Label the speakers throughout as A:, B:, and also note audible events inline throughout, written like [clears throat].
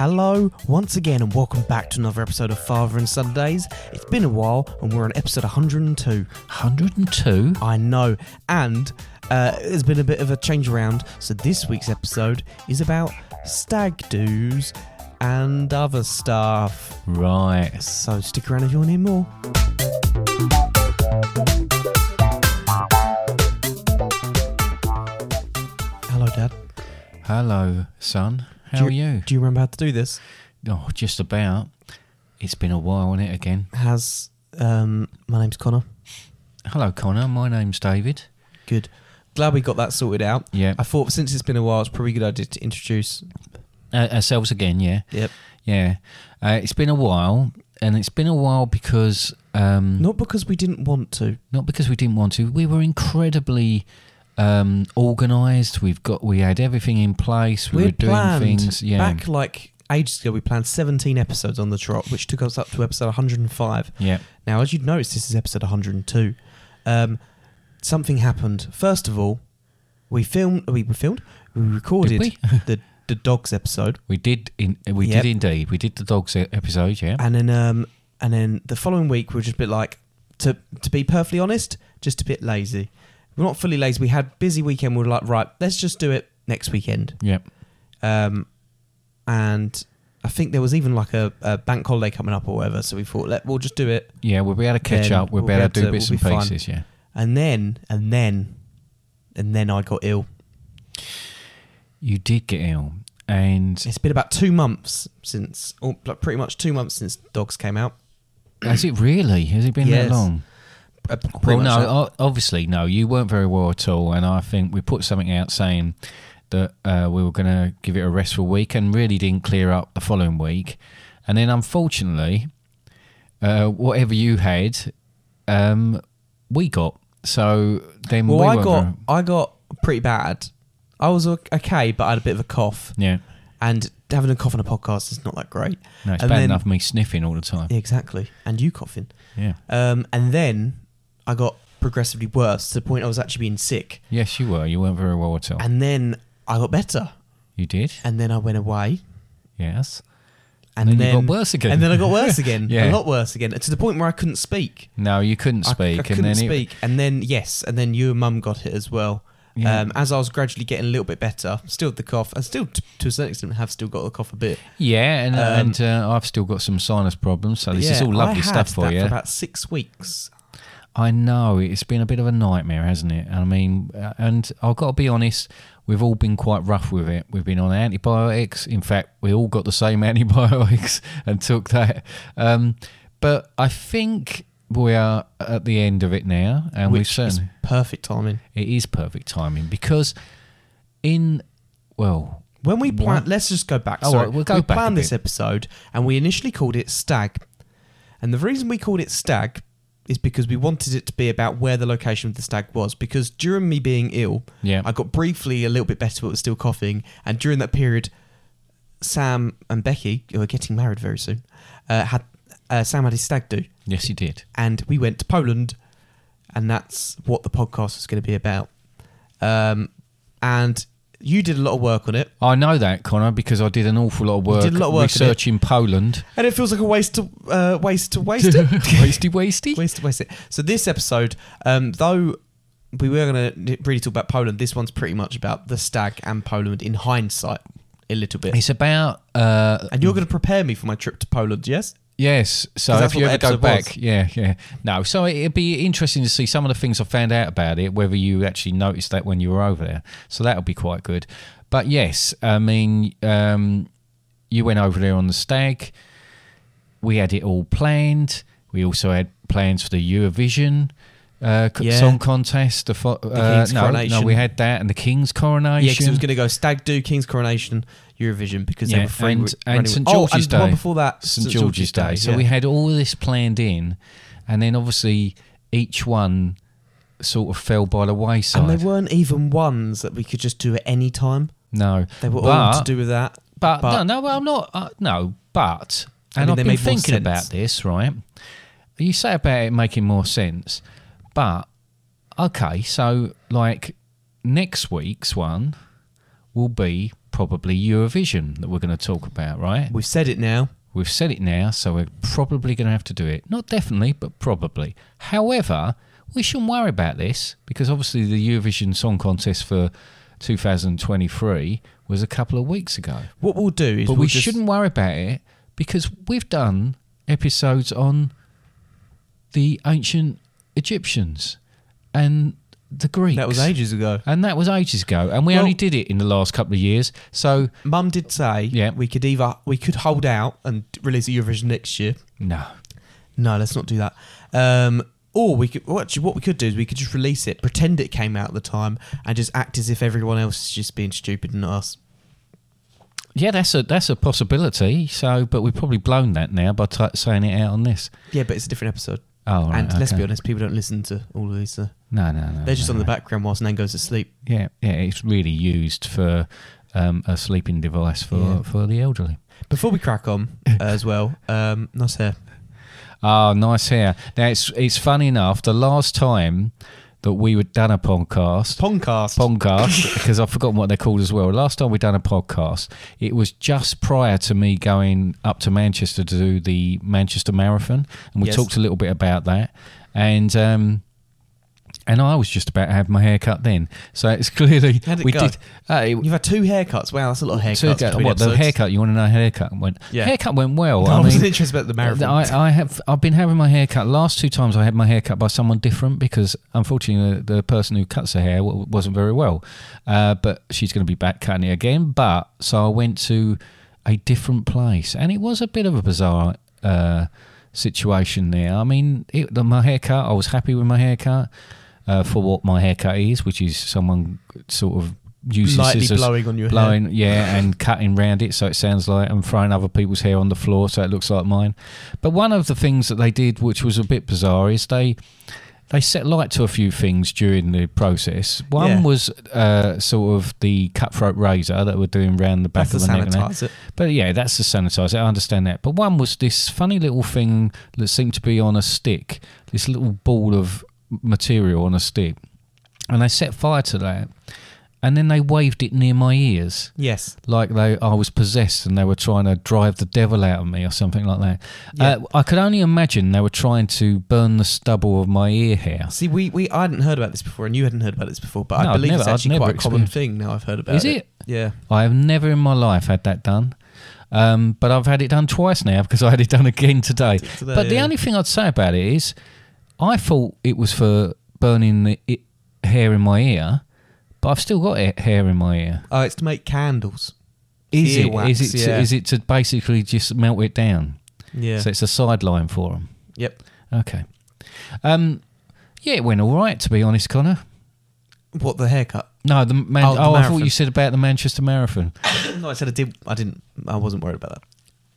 A: Hello, once again, and welcome back to another episode of Father and Son Days. It's been a while, and we're on episode 102.
B: 102?
A: I know, and uh, there's been a bit of a change around. So this week's episode is about stag doos and other stuff.
B: Right.
A: So stick around if you want to hear more. Hello, Dad.
B: Hello, son. How
A: do
B: are you?
A: Do you remember how to do this?
B: Oh, just about. It's been a while, isn't it, again?
A: Has um, my name's Connor.
B: Hello, Connor. My name's David.
A: Good. Glad we got that sorted out.
B: Yeah.
A: I thought since it's been a while, it's probably a good idea to introduce.
B: Uh, ourselves again, yeah?
A: Yep.
B: Yeah. Uh, it's been a while, and it's been a while because, um,
A: Not because we didn't want to.
B: not because we didn't want to, we were incredibly um, organised. We've got, we had everything in place. We
A: We
B: were
A: had
B: doing
A: planned
B: things. Yeah.
A: back like ages ago. We planned 17 episodes on the trot, which took us up to episode 105.
B: yeah.
A: Now, as you'd notice, this is episode 102. Um, something happened. First of all, we filmed. We filmed. We recorded
B: we?
A: [laughs] the the dogs episode,
B: We did, in, we
A: Yep.
B: did indeed. We did the dogs e- episode, yeah.
A: and then um, and then the following week we were just a bit like to to be perfectly honest, just a bit lazy. We're not fully lazy. We had busy weekend. We were like, right, let's just do it next weekend.
B: Yep.
A: Um, and I think there was even like a, a bank holiday coming up or whatever. So we thought, let we'll just do it.
B: Yeah, we'll be able to catch
A: Then
B: up. We'll,
A: we'll
B: be
A: be
B: able
A: able
B: to do
A: to-
B: bits
A: we'll be
B: and
A: fine.
B: pieces, yeah.
A: And then and then and then I got ill.
B: You did get ill,
A: [clears throat]
B: and
A: It's been about two months since, or like pretty much two months since Dogs came out.
B: has it really? Has it been
A: Yes.
B: that long?
A: Uh, pretty
B: Well,
A: much
B: no,
A: that.
B: o- obviously no. You weren't very well at all, and I think we put something out saying that uh, we were going to give it a restful week, and really didn't clear up the following week, and then unfortunately, uh, whatever you had, um, we got. So then
A: well,
B: we
A: I
B: weren't
A: got
B: very-
A: I got pretty bad. I was o- okay, but I had a bit of a cough,
B: yeah.
A: and having a cough on a podcast is not that great.
B: No, it's
A: And
B: bad
A: then-
B: enough me sniffing all the time.
A: Yeah, exactly, and you coughing.
B: Yeah.
A: Um, and then I got progressively worse to the point I was actually being sick.
B: Yes, you were. You weren't very well at all.
A: And then I got better.
B: you did.
A: And then I went away.
B: Yes.
A: And
B: Then
A: then,
B: you got worse again.
A: And then I got worse
B: [laughs]
A: again. A
B: Yeah.
A: lot worse again. To the point where I couldn't speak.
B: No, you couldn't
A: I-
B: speak.
A: I, couldn't
B: and then it-
A: speak. and then, yes. And then you and mum got it as well.
B: Yeah.
A: Um, as I was gradually getting a little bit better, still had the cough. I still, t- to a certain extent, have still got the cough a bit.
B: Yeah, and,
A: Um,
B: and uh, I've still got some sinus problems, so this is
A: Yeah,
B: all lovely
A: I had
B: stuff for
A: that
B: you.
A: for about six weeks.
B: I know it's been a bit of a nightmare, hasn't it? I mean, uh, and I've got to be honest, we've all been quite rough with it. We've been on antibiotics. In fact, we all got the same [laughs] antibiotics and took that. Um, but I think we are at the end of it now, and we've
A: Which is
B: certainly
A: perfect timing.
B: it is perfect timing because in well,
A: When we planned,
B: What?
A: let's just go back.
B: Oh,
A: Sorry.
B: right, we'll go
A: we
B: back a
A: planned
B: bit.
A: this episode, and we initially called it Stag. And the reason we called it Stag is because we wanted it to be about where the location of the stag was. Because during me being ill,
B: Yeah.
A: I got briefly a little bit better, but was still coughing. And during that period, Sam and Becky, who are getting married very soon, uh, had uh, Sam had his stag do,
B: yes, you did.
A: and we went to Poland, and that's what the podcast was going to be about. Um, and you did a lot of work on it.
B: I know that, Connor, because I did an awful lot of work,
A: did a lot of work on
B: research in Poland.
A: and it feels like a waste to uh, waste to waste it. [laughs]
B: [laughs] wasty, wasty.
A: waste to waste it. So this episode, um, though we were going to really talk about Poland. This one's pretty much about the stag and Poland in hindsight, a little bit.
B: It's about uh,
A: And you're going to prepare me for my trip to Poland, yes?
B: Yes. So
A: 'Cause
B: if
A: that's
B: you
A: what
B: ever
A: the
B: go
A: episode was.
B: back, yeah, yeah. No. So it'd be interesting to see some of the things I found out about it, whether you actually noticed that when you were over there. So that'll be quite good. But yes, I mean, um, you went over there on the stag. We had it all planned. We also had plans for the Eurovision. Uh, co-
A: Yeah.
B: song contest, the, fo- uh,
A: King's
B: no,
A: coronation.
B: no, we had that, and the King's coronation.
A: Yeah, because it was going to go Stag Do, King's Coronation, Eurovision, because they
B: Yeah,
A: were free.
B: and,
A: with- running
B: and
A: with-
B: St
A: Oh,
B: George's
A: and
B: Day.
A: the one before that,
B: St, George's, Day. So
A: yeah.
B: we had all this planned in, and then obviously each one sort of fell by the wayside.
A: and they weren't even ones that we could just do at any time.
B: no,
A: They were
B: but,
A: all to do with that.
B: But, no, no, well, I'm not. Uh, no, but
A: I
B: and
A: mean,
B: I've
A: they
B: been
A: made more
B: thinking
A: sense.
B: about this. Right, you say about it making more sense, but okay, so like next week's one will be probably Eurovision that we're going to talk about, right?
A: We've said it now.
B: We've said it now, so we're probably going to have to do it. Not definitely, but probably. However, we shouldn't worry about this because obviously the Eurovision Song Contest for 2023 was a couple of weeks ago.
A: What we'll do is
B: But
A: we'll
B: we
A: just-
B: shouldn't worry about it because we've done episodes on the ancient Egyptians and the Greeks.
A: That was ages ago.
B: And that was ages ago. And we
A: Well-
B: only did it in the last couple of years. So,
A: Mum did say
B: Yeah.
A: we could either we could hold out and release a Eurovision next year.
B: no.
A: No, let's not do that. Um, or we could well, actually what we could do is we could just release it, pretend it came out at the time, and just act as if everyone else is just being stupid and not us.
B: Yeah, that's a that's a possibility. So, but we've probably blown that now by t- saying it out on this.
A: Yeah, but it's a different episode.
B: Oh, right,
A: and let's
B: okay.
A: be honest, people don't listen to all of these. So
B: No, no, no.
A: they're just
B: no,
A: on the
B: no.
A: background whilst Nan goes to sleep.
B: Yeah, yeah. It's really used for um, a sleeping device for
A: Yeah.
B: for the elderly.
A: Before we crack
B: [laughs]
A: on, uh, as well, um, nice hair.
B: Oh, nice hair. Now it's it's funny enough. The last time that we were done a podcast,
A: Podcast.
B: podcast [laughs] because I've forgotten what they're called as well. Last time we done a podcast, it was just prior to me going up to Manchester to do the Manchester Marathon, and we
A: Yes.
B: talked a little bit about that. And um, and I was just about to have my hair cut then, so it's [laughs] clearly
A: How'd it
B: we
A: go?
B: did. Uh, it,
A: You've had two haircuts. Wow, that's a lot of haircuts.
B: so it go-
A: between
B: what the
A: episodes.
B: haircut? You want to know how haircut went?
A: Yeah.
B: Haircut went well.
A: No, [laughs] I, wasn't interested about the marathon.
B: I, I have. I've been having my hair cut. Last two times I had my hair cut by someone different because, unfortunately, the, the person who cuts her hair w- wasn't very well. Uh, but she's going to be back cutting it again. But so I went to a different place, and it was a bit of a bizarre uh, situation there. I mean, it, the, my haircut. I was happy with my haircut uh, for what my haircut is, which is someone sort of uses
A: Lightly
B: scissors-
A: blowing on your
B: blowing
A: hair. [laughs]
B: and- yeah, and cutting round it so it sounds like I'm throwing other people's hair on the floor so it looks like mine. But one of the things that they did, which was a bit bizarre, is they they set light to a few things during the process. One
A: Yeah.
B: was uh, sort of the cutthroat razor that we're doing round the back
A: That's the
B: of the neck. and that.
A: sanitizer.
B: But yeah, that's the sanitizer. I understand that. But one was this funny little thing that seemed to be on a stick, this little ball of material on a stick. And they set fire to that. And then they waved it near my ears
A: yes.
B: like they I was possessed and they were trying to drive the devil out of me or something like that. Uh, I could only imagine they were trying to burn the stubble of my ear hair.
A: See, we, we I hadn't heard about this before, and you hadn't heard about this before, but
B: No,
A: I
B: I'd
A: believe
B: never-
A: it's
B: I'd
A: actually
B: never
A: quite a common
B: experienced-
A: thing now I've heard about
B: Is
A: it.
B: it?
A: Yeah.
B: I have never in my life had that done. Um, but I've had it done twice now because I had it done again today.
A: today,
B: but the
A: yeah.
B: only thing I'd say about it is, I thought it was for burning the i hair in my ear, but I've still got it, hair in my ear.
A: Oh, it's to make candles.
B: Is it?
A: Earwax,
B: Is it? to-
A: yeah.
B: is it to basically just melt it down?
A: Yeah.
B: So it's a sideline for them.
A: yep.
B: Okay. Um, yeah, it went all right, to be honest, Connor.
A: What the haircut? [clears throat]
B: No, the man.
A: Oh,
B: Oh,
A: the
B: I
A: marathon.
B: thought you said about the Manchester Marathon.
A: no, I said I did. I didn't. I wasn't worried about that.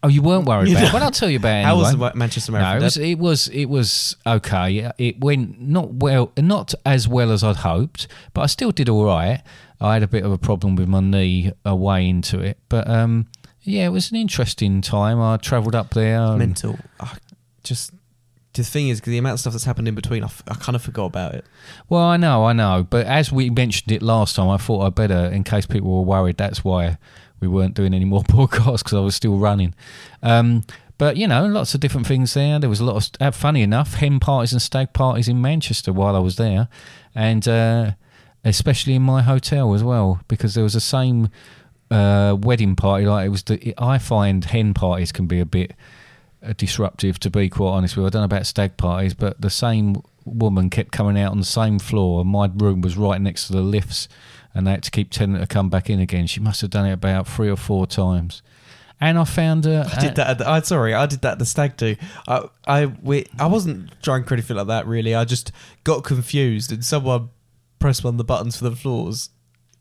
B: Oh, you weren't worried
A: Yeah.
B: about. it. Well, I'll tell you about it.
A: How was
B: anyway.
A: the Ma- Manchester
B: No,
A: Marathon,
B: it was,
A: Dad?
B: it was it was okay. It went not well, not as well as I'd hoped, but I still did all right. I had a bit of a problem with my knee away into it, but um, yeah, it was an interesting time. I travelled up there. and-
A: Mental. I just the thing is, 'cause the amount of stuff that's happened in between, I, f- I kind of forgot about it.
B: Well, I know, I know. But as we mentioned it last time, I thought I better, in case people were worried, that's why we weren't doing any more [laughs] podcasts because I was still running. Um, but, you know, lots of different things there. There was a lot of, uh, funny enough, hen parties and stag parties in Manchester while I was there. and uh, especially in my hotel as well, because there was the same uh, wedding party. Like it was the I find hen parties can be a bit uh, disruptive, to be quite honest with. you. I don't know about stag parties, but the same woman kept coming out on the same floor, and my room was right next to the lifts, and they had to keep telling her to come back in again. She must have done it about three or four times. And I found her.
A: I did that. At the, I sorry, I did that at the stag do. I I we, I wasn't drunk or anything like that. Really, I just got confused and someone pressed one of the buttons for the floors.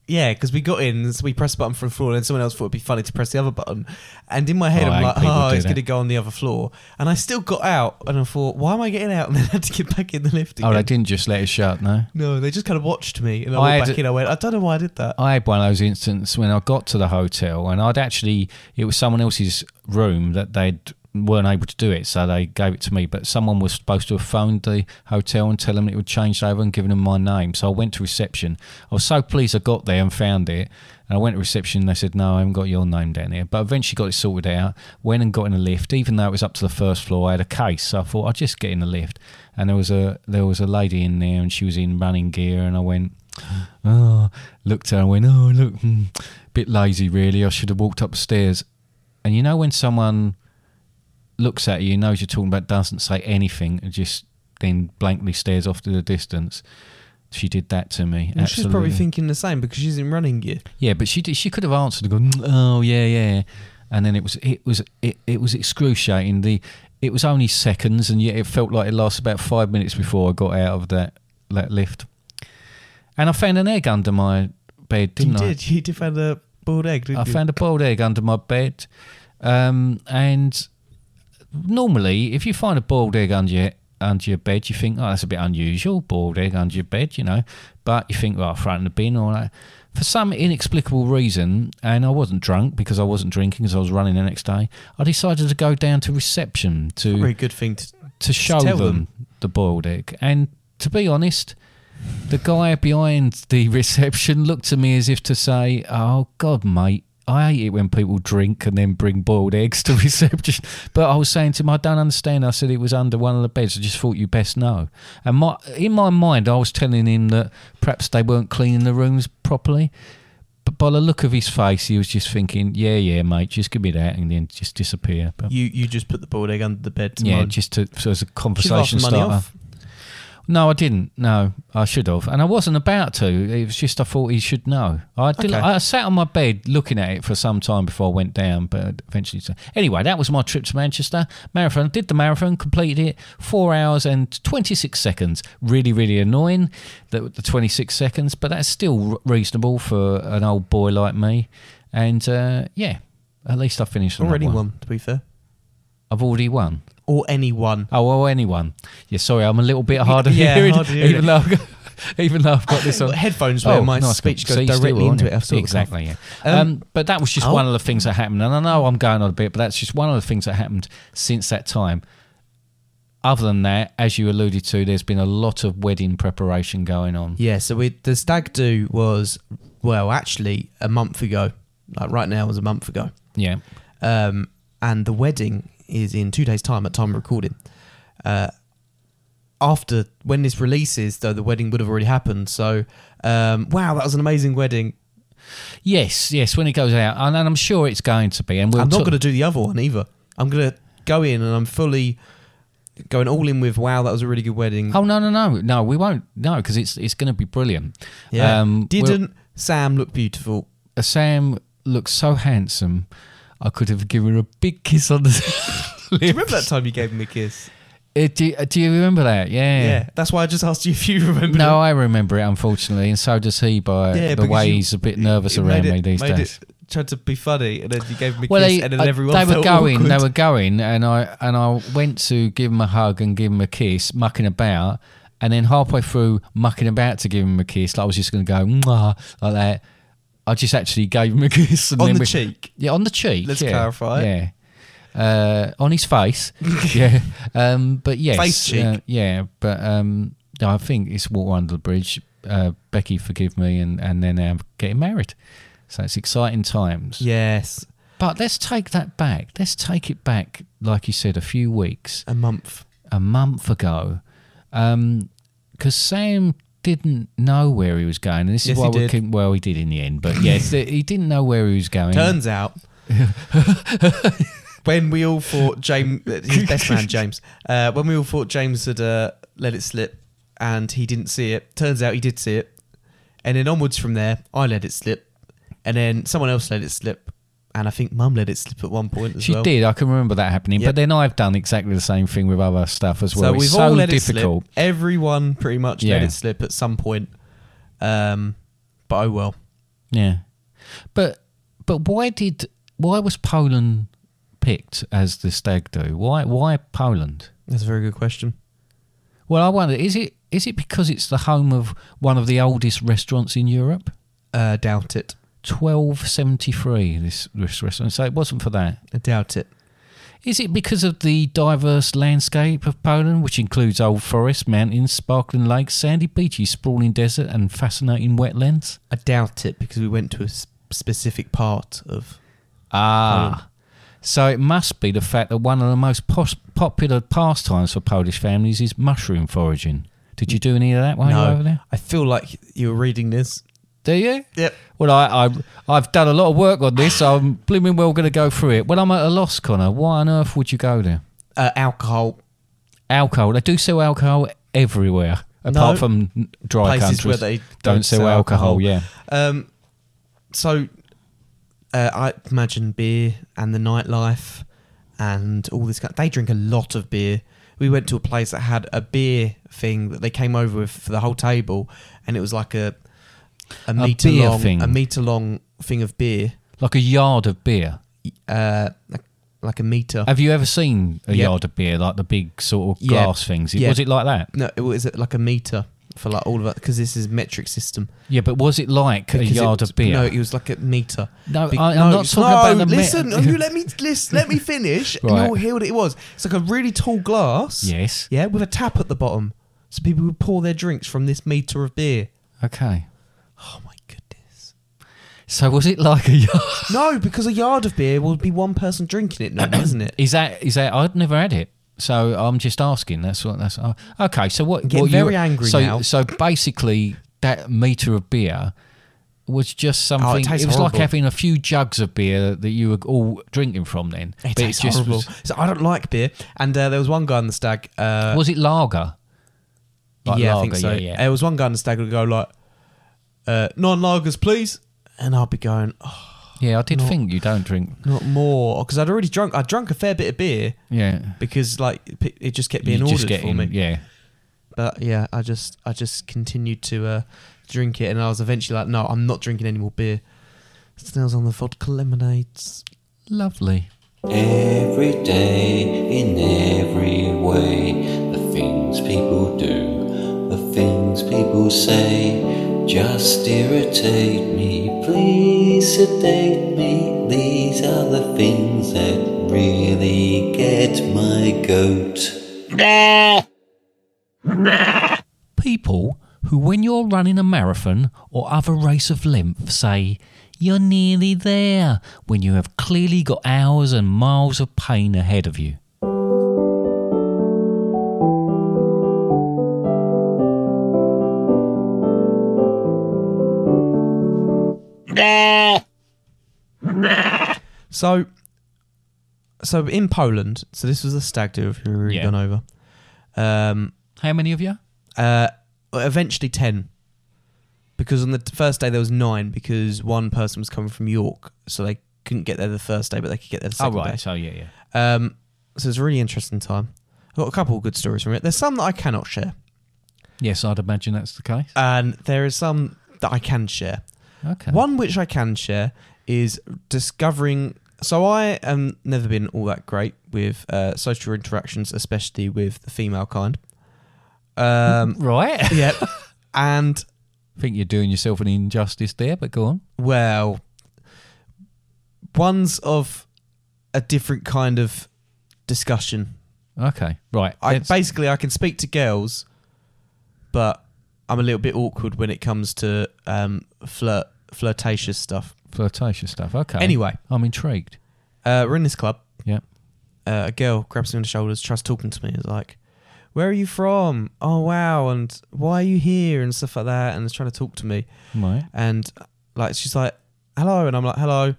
A: Yeah, because we got in, so we pressed a button for the floor, and then someone else thought it'd be funny to press the other button. And in my head, I'm
B: Right,
A: like,
B: people
A: oh,
B: do
A: it's
B: that.
A: going to go on the other floor. And I still got out, and I thought, why am I getting out? [laughs] And then I had to get back in the lift again.
B: Oh, they didn't just let it shut, no.
A: No, they just kind of watched me, and I,
B: I
A: went
B: had-
A: back in. I went, I don't know why I did that.
B: I had one of those instances when I got to the hotel and I'd actually it was someone else's room that they weren't able to do it, so they gave it to me. But someone was supposed to have phoned the hotel and tell them it would change over and given them my name. So I went to reception. I was so pleased I got there and found it. And I went to reception and they said, No, I haven't got your name down here. But eventually got it sorted out, went and got in a lift, even though it was up to the first floor, I had a case. So I thought I'd just get in the lift. And there was a there was a lady in there and she was in running gear and I went oh, looked at her and went, oh, look, hmm, bit lazy really. I should have walked upstairs. And you know when someone looks at you, knows you're talking about, doesn't say anything, and just then blankly stares off to the distance. She did that to me.
A: And she's probably
B: absolutely.
A: thinking the same because she's in running gear.
B: Yeah, but she did, she could have answered and gone, "Oh yeah, yeah," and then it was it was it, it was excruciating. The it was only seconds, and yet it felt like it lasted about five minutes before I got out of that that lift. And I found an egg under my bed,
A: You
B: didn't I?
A: did. You did find a bald egg, didn't
B: I
A: you?
B: found a boiled egg under my bed, um, and normally, if you find a boiled egg under your under your bed, you think, "Oh, that's a bit unusual, boiled egg under your bed," you know. But you think, "Well, I'll throw it in the bin," or like, for some inexplicable reason, and I wasn't drunk because I wasn't drinking because I was running the next day. I decided to go down to reception to
A: Very good thing to.
B: to show
A: tell
B: them,
A: them.
B: the boiled egg. And to be honest, the guy behind the [laughs] reception looked at me as if to say, "Oh God, mate." I hate it when people drink and then bring boiled eggs to [laughs] reception. But I was saying to him, I don't understand. I said it was under one of the beds. I just thought you best know. And my, in my mind, I was telling him that perhaps they weren't cleaning the rooms properly. But by the look of his face, he was just thinking, yeah, yeah, mate, just give me that and then just disappear. But
A: You you just put the bald egg under the bed. To
B: yeah,
A: mine.
B: just to, so as a
A: Should've asked
B: conversation
A: for money
B: starter.
A: off.
B: No, I didn't. No, I should have, and I wasn't about to. It was just I thought he should know. I did.
A: Okay.
B: not I sat on my bed looking at it for some time before I went down, but eventually. Anyway, that was my trip to Manchester marathon. Did the marathon, completed it, four hours and twenty six seconds. Really, really annoying that the twenty six seconds, but that's still r- reasonable for an old boy like me. And uh, yeah, at least I finished on that
A: Already
B: one.
A: won, to be fair.
B: I've already won.
A: Or anyone.
B: Oh well, anyone. Yeah, sorry, I'm a little bit hard of
A: Yeah,
B: hearing,
A: hard of hearing.
B: even though I've got, [laughs] even though I've got this
A: [laughs]
B: on
A: Well, headphones
B: oh,
A: where my speech goes
B: See, you still
A: directly
B: on
A: into it. I've still got
B: exactly. Yeah.
A: Um,
B: Um, but that was just
A: oh.
B: one of the things that happened, and I know I'm going on a bit, but that's just one of the things that happened since that time. Other than that, as you alluded to, there's been a lot of wedding preparation going on.
A: Yeah, so we, the stag do was, well, actually, a month ago. Like right now was a month ago.
B: Yeah,
A: Um, and the wedding is in two days' time at time of recording. Uh, after when this releases, though, the wedding would have already happened. So, um, wow, that was an amazing wedding.
B: yes, yes. When it goes out, and, and I'm sure it's going to be. And we'll
A: I'm not
B: talk-
A: going to do the other one either. I'm going to go in and I'm fully going all in with wow, that was a really good wedding.
B: Oh no, no, no, no. We won't. No, because it's it's going to be brilliant.
A: yeah.
B: Um, we'll-
A: Didn't Sam look
B: [laughs]
A: beautiful?
B: Sam looks so handsome. I could have given her a big kiss on the [laughs]
A: Do you
B: lips.
A: remember that time you gave him a kiss?
B: Uh, do, uh, do you remember that? Yeah.
A: Yeah. That's why I just asked you if you remember.
B: No, I remember it, unfortunately, and so does he by the
A: because
B: way
A: you-
B: he's a bit nervous
A: it
B: around
A: made it-
B: me these
A: made
B: days.
A: It, tried to be funny, and then you gave him a
B: well,
A: kiss,
B: they,
A: and then
B: I-
A: everyone
B: they were
A: felt
B: going,
A: awkward.
B: they were going, and I and I went to give him a hug and give him a kiss, mucking about, and then halfway through mucking about to give him a kiss, like I was just going to go Mwah, like that. I just actually gave him a [laughs] kiss and
A: On
B: then
A: the
B: we-
A: cheek?
B: Yeah, on the cheek.
A: Let's
B: yeah,
A: clarify.
B: Yeah. Uh, on
A: [laughs]
B: his face, yeah. Um, but yes,
A: Face cheek.
B: uh, yeah. But um, no, I think it's water under the bridge. Uh, Becky, forgive me, and and then I'm getting married, so it's exciting times.
A: Yes,
B: But let's take that back. Let's take it back, like you said, a few weeks,
A: a month.
B: a month ago. Because um, Sam didn't know where he was going. And this
A: Yes,
B: is
A: he
B: why we
A: did.
B: couldn't. Well, he did in the end,
A: [laughs]
B: but yes, he didn't know where he was going.
A: Turns
B: [laughs]
A: out, when we all thought James,
B: [laughs]
A: his best man James, uh, when we all thought James had uh, let it slip and he didn't see it, turns out he did see it. And then onwards from there, I let it slip, and then someone else let it slip, and I think Mum let it slip at one point as
B: She
A: well.
B: did. I can remember that happening.
A: Yeah.
B: But then I've done exactly the same thing with other stuff as well.
A: So
B: it's
A: we've
B: so
A: all let
B: difficult.
A: it slip. Everyone pretty much let
B: Yeah.
A: it slip at some point. Um, but oh well.
B: Yeah. But but why did why was Poland picked as the stag do? Why why Poland?
A: That's a very good question.
B: Well, I wonder is it is it because it's the home of one of the oldest restaurants in Europe?
A: Uh, doubt it.
B: 1273 this, this restaurant so it wasn't for that
A: I doubt it.
B: is it because of the diverse landscape of poland which includes old forests mountains sparkling lakes sandy beaches sprawling desert and fascinating wetlands
A: I doubt it because we went to a s- specific part of.
B: Ah. So it must be the fact that one of the most pos- popular pastimes for Polish families is mushroom foraging. Did you do any of that while you were over there?
A: I feel like you were reading this.
B: Do you?
A: Yep.
B: Well, I, I, I've done a lot of work on this. So I'm blooming well going to go through it. Well, I'm at a loss, Connor. Why on earth would you go there?
A: Uh, alcohol
B: Alcohol. They do sell alcohol everywhere, apart from n- dry
A: places
B: countries
A: where they
B: don't, sell, alcohol. Yeah.
A: Um, so uh, I imagine beer and the nightlife and all this. Kind they drink a lot of beer. We went to a place that had a beer thing that they came over with for the whole table, and it was like a a, meter
B: beer
A: long
B: thing.
A: a meter long thing of beer,
B: Like a yard of beer.
A: uh, like, like a meter.
B: Have you ever seen a
A: Uh, Yeah.
B: yard of beer, like the big sort of
A: Yeah.
B: glass things?
A: Yeah.
B: Was it like that?
A: no, it was like a meter for like all of it because this is metric system.
B: Yeah, but was it like a
A: Because it
B: yard
A: was-
B: of beer?
A: No, it was like a meter.
B: No,
A: Be-
B: I- I'm not
A: it's-
B: talking about the me-
A: listen, oh, you let
B: [laughs]
A: me listen, let me finish, and
B: Right.
A: you'll hear what it was. It's like a really tall glass.
B: Yes.
A: Yeah, with a tap at the bottom, so people would pour their drinks from this meter of beer.
B: Okay.
A: Oh my goodness!
B: So was it like a [laughs] yard?
A: No, because a yard of beer would be one person drinking it, normally, isn't
B: [clears throat]
A: it?
B: Is that is that? I'd never had it. So I'm just asking. That's what. That's oh, okay. So what?
A: getting
B: what
A: very angry
B: so,
A: now.
B: So basically, that meter of beer was just something.
A: Oh, tastes
B: was
A: horrible.
B: like having a few jugs of beer that you were all drinking from. Then
A: It
B: But
A: tastes horrible.
B: Was,
A: so I don't like beer. And uh, there was one guy on the stag. Uh,
B: was it lager? Like
A: yeah, I
B: lager,
A: think so.
B: yeah, yeah.
A: There was one guy on the stag who would go like, uh, "Non-lagers, please," and I'd be going, "Oh,
B: Yeah, I did think you don't drink.
A: not more," because I'd already drunk. I drunk a fair bit of beer.
B: Yeah,
A: because like it p- it just kept being
B: you
A: ordered
B: just get
A: for
B: in,
A: me.
B: Yeah,
A: But yeah, I just I just continued to uh, drink it, and I was eventually like, no, I'm not drinking any more beer. Snails on the vodka lemonades.
B: lovely.
C: Every day, in every way, the things people do, the things people say, just irritate me, please sedate me. These are the things that really get my goat.
B: people who, when you're running a marathon or other race of length, say, You're nearly there, when you have clearly got hours and miles of pain ahead of you.
A: So, so in Poland, so this was a stag do if you've already
B: Yeah.
A: gone over. Um,
B: How many of you?
A: uh, eventually ten, because on the t- first day there was nine because one person was coming from York, so they couldn't get there the first day, but they could get there the
B: Oh,
A: second day.
B: right. So, yeah, yeah.
A: Um, so it's a really interesting time. I've got a couple of good stories from it. There's some that I cannot share,
B: Yes, I'd imagine that's the case.
A: and there is some that I can share.
B: Okay.
A: One which I can share is discovering. So I am never been all that great with uh, social interactions, especially with the female kind.
B: [laughs]
A: Um,
B: Right. I
A: yep. And
B: think you're doing yourself an injustice there, but go on.
A: well, one's of a different kind of discussion.
B: Okay. Right.
A: I
B: let's-
A: basically I can speak to girls, but I'm a little bit awkward when it comes to um, flirt flirtatious stuff.
B: flirtatious stuff. Okay.
A: Anyway.
B: I'm intrigued.
A: Uh, we're in this club.
B: Yeah.
A: Uh, a girl grabs me on the shoulders, tries talking to me, and is like, where are you from? Oh wow, and why are you here and stuff like that, and it's trying to talk to me,
B: Right.
A: and like she's like hello, and I'm like hello,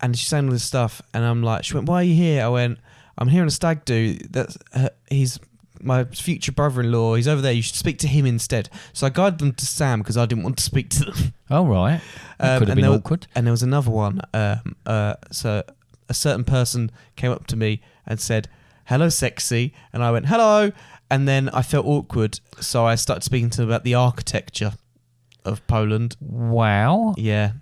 A: and she's saying all this stuff, and I'm like she went why are you here? I went I'm here on a stag do that's uh, he's my future brother-in-law. He's over there. You should speak to him instead. So I guided them to Sam because I didn't want to speak to them.
B: All right. That
A: Um,
B: could have
A: and
B: been
A: there,
B: awkward.
A: And there was another one. Um, uh, so a certain person came up to me and said, "Hello, sexy," and I went, "Hello," and then I felt awkward, so I started speaking to them about the architecture of Poland.
B: Wow.
A: Yeah,